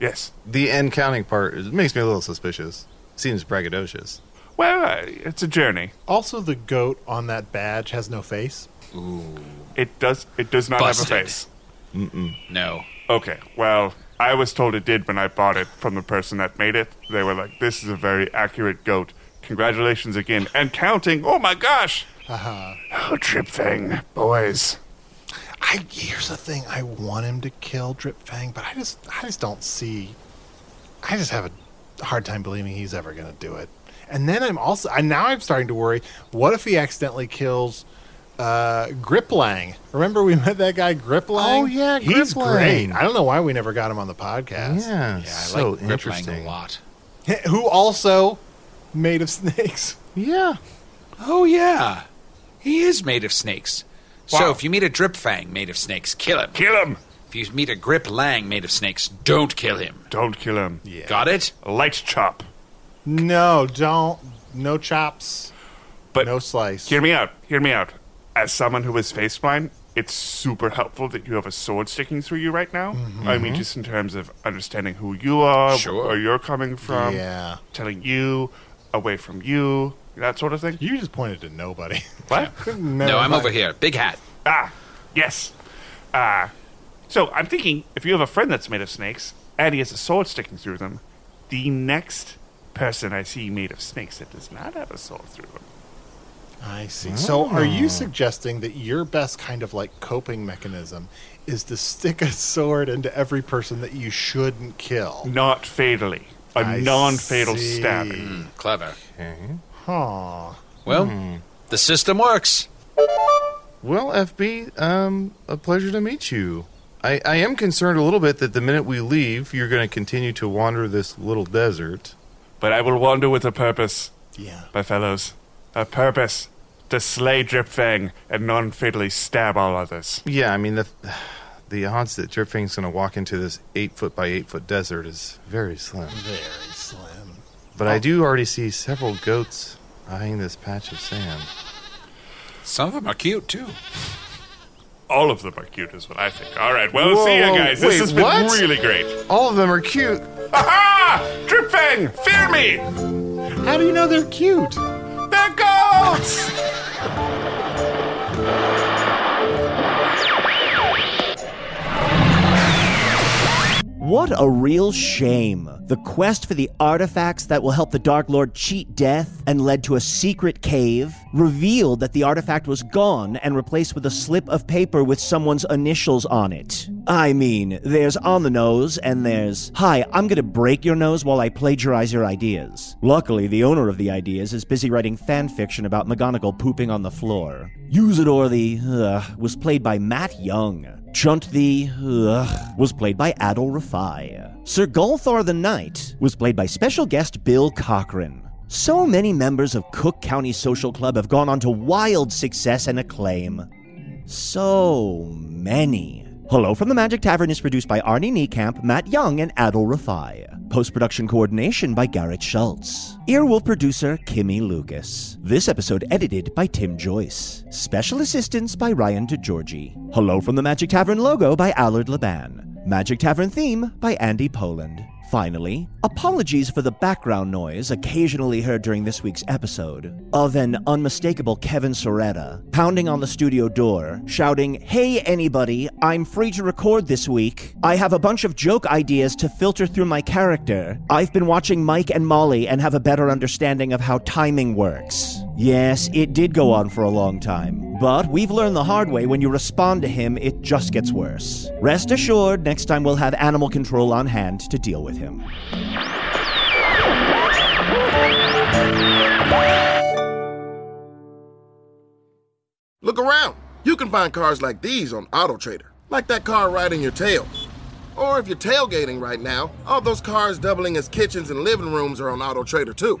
Speaker 8: yes.
Speaker 6: The end counting part is- makes me a little suspicious. Seems braggadocious.
Speaker 8: Well, uh, it's a journey.
Speaker 5: Also, the goat on that badge has no face.
Speaker 8: Ooh. It does. It does not have a
Speaker 5: Busted.
Speaker 8: face.
Speaker 6: Mm-mm.
Speaker 7: No.
Speaker 8: Okay. Well, I was told it did when I bought it from the person that made it. They were like, "This is a very accurate goat. Congratulations again and counting." Oh my gosh!
Speaker 5: Uh-huh.
Speaker 8: Oh, trip thing, boys.
Speaker 5: I here's the thing. I want him to kill Drip Fang, but I just I just don't see. I just have a hard time believing he's ever going to do it. And then I'm also I now I'm starting to worry. What if he accidentally kills uh, Griplang? Remember we met that guy Griplang?
Speaker 6: Oh, yeah,
Speaker 5: he's
Speaker 6: Griplang.
Speaker 5: great. I don't know why we never got him on the podcast.
Speaker 6: Yeah, so interesting.
Speaker 7: lot.
Speaker 5: Who also made of snakes?
Speaker 6: Yeah.
Speaker 7: Oh yeah, he is made of snakes. So if you meet a drip fang made of snakes, kill him.
Speaker 8: Kill him.
Speaker 7: If you meet a grip lang made of snakes, don't kill him.
Speaker 8: Don't kill him.
Speaker 7: Got it?
Speaker 8: Light chop.
Speaker 5: No, don't. No chops.
Speaker 8: But
Speaker 5: no slice.
Speaker 8: Hear me out. Hear me out. As someone who is face blind, it's super helpful that you have a sword sticking through you right now. I mean,
Speaker 5: Mhm.
Speaker 8: just in terms of understanding who you are,
Speaker 5: Sure.
Speaker 8: where you're coming from,
Speaker 5: Yeah.
Speaker 8: telling you away from you, that sort of thing.
Speaker 5: You just pointed to nobody.
Speaker 8: What?
Speaker 7: no, I'm over here. Big hat.
Speaker 8: Ah, yes. Ah, so I'm thinking if you have a friend that's made of snakes and he has a sword sticking through them, the next person I see made of snakes that does not have a sword through them.
Speaker 5: I see. So, are you suggesting that your best kind of like coping mechanism is to stick a sword into every person that you shouldn't kill?
Speaker 8: Not fatally. A
Speaker 5: I
Speaker 8: non-fatal
Speaker 5: see.
Speaker 8: stabbing.
Speaker 7: Hmm, Clever.
Speaker 5: Huh.
Speaker 7: Well,
Speaker 6: Hmm.
Speaker 7: the system works.
Speaker 6: Well, FB, um, a pleasure to meet you. I, I am concerned a little bit that the minute we leave, you're going to continue to wander this little desert.
Speaker 8: But I will wander with a purpose.
Speaker 5: Yeah.
Speaker 8: My fellows, a purpose to slay Dripfang and non-fatally stab all others.
Speaker 6: Yeah, I mean the the odds that Dripfang's going to walk into this eight foot by eight foot desert is very slim.
Speaker 5: Very slim. Oh.
Speaker 6: But I do already see several goats eyeing this patch of sand.
Speaker 7: Some of them are cute too.
Speaker 8: All of them are cute, is what I think. All right, well, see you
Speaker 6: Whoa,
Speaker 8: guys.
Speaker 6: wait,
Speaker 8: this has been
Speaker 6: what?
Speaker 8: really great.
Speaker 6: All of them are cute.
Speaker 8: Aha! Dripfang, fear me!
Speaker 5: How do you know they're cute?
Speaker 8: They're goats!
Speaker 4: What a real shame. The quest for the artifacts that will help the Dark Lord cheat death and led to a secret cave revealed that the artifact was gone and replaced with a slip of paper with someone's initials on it. I mean, there's on the nose and there's, hi, I'm gonna break your nose while I plagiarize your ideas. Luckily, the owner of the ideas is busy writing fan fiction about McGonagall pooping on the floor. Usador the, uh, was played by Matt Young. Chunt the ugh, was played by Adol Rafai. Sir Golthar the Knight was played by special guest Bill Cochran. So many members of Cook County Social Club have gone on to wild success and acclaim. So many. Hello from the Magic Tavern is produced by Arnie Niekamp, Matt Young, and Adol Rafai. Post production coordination by Garrett Schultz. Earwolf producer Kimmy Lucas. This episode edited by Tim Joyce. Special assistance by Ryan DeGiorgi. Hello from the Magic Tavern logo by Allard Laban. Magic Tavern theme by Andy Poland. Finally, apologies for the background noise occasionally heard during this week's episode of an unmistakable Kevin Soretta pounding on the studio door, shouting, Hey, anybody, I'm free to record this week. I have a bunch of joke ideas to filter through my character. I've been watching Mike and Molly and have a better understanding of how timing works. Yes, it did go on for a long time, but we've learned the hard way when you respond to him, it just gets worse. Rest assured, next time we'll have animal control on hand to deal with him.
Speaker 13: Look around. You can find cars like these on AutoTrader, like that car right in your tail. Or if you're tailgating right now, all those cars doubling as kitchens and living rooms are on AutoTrader too.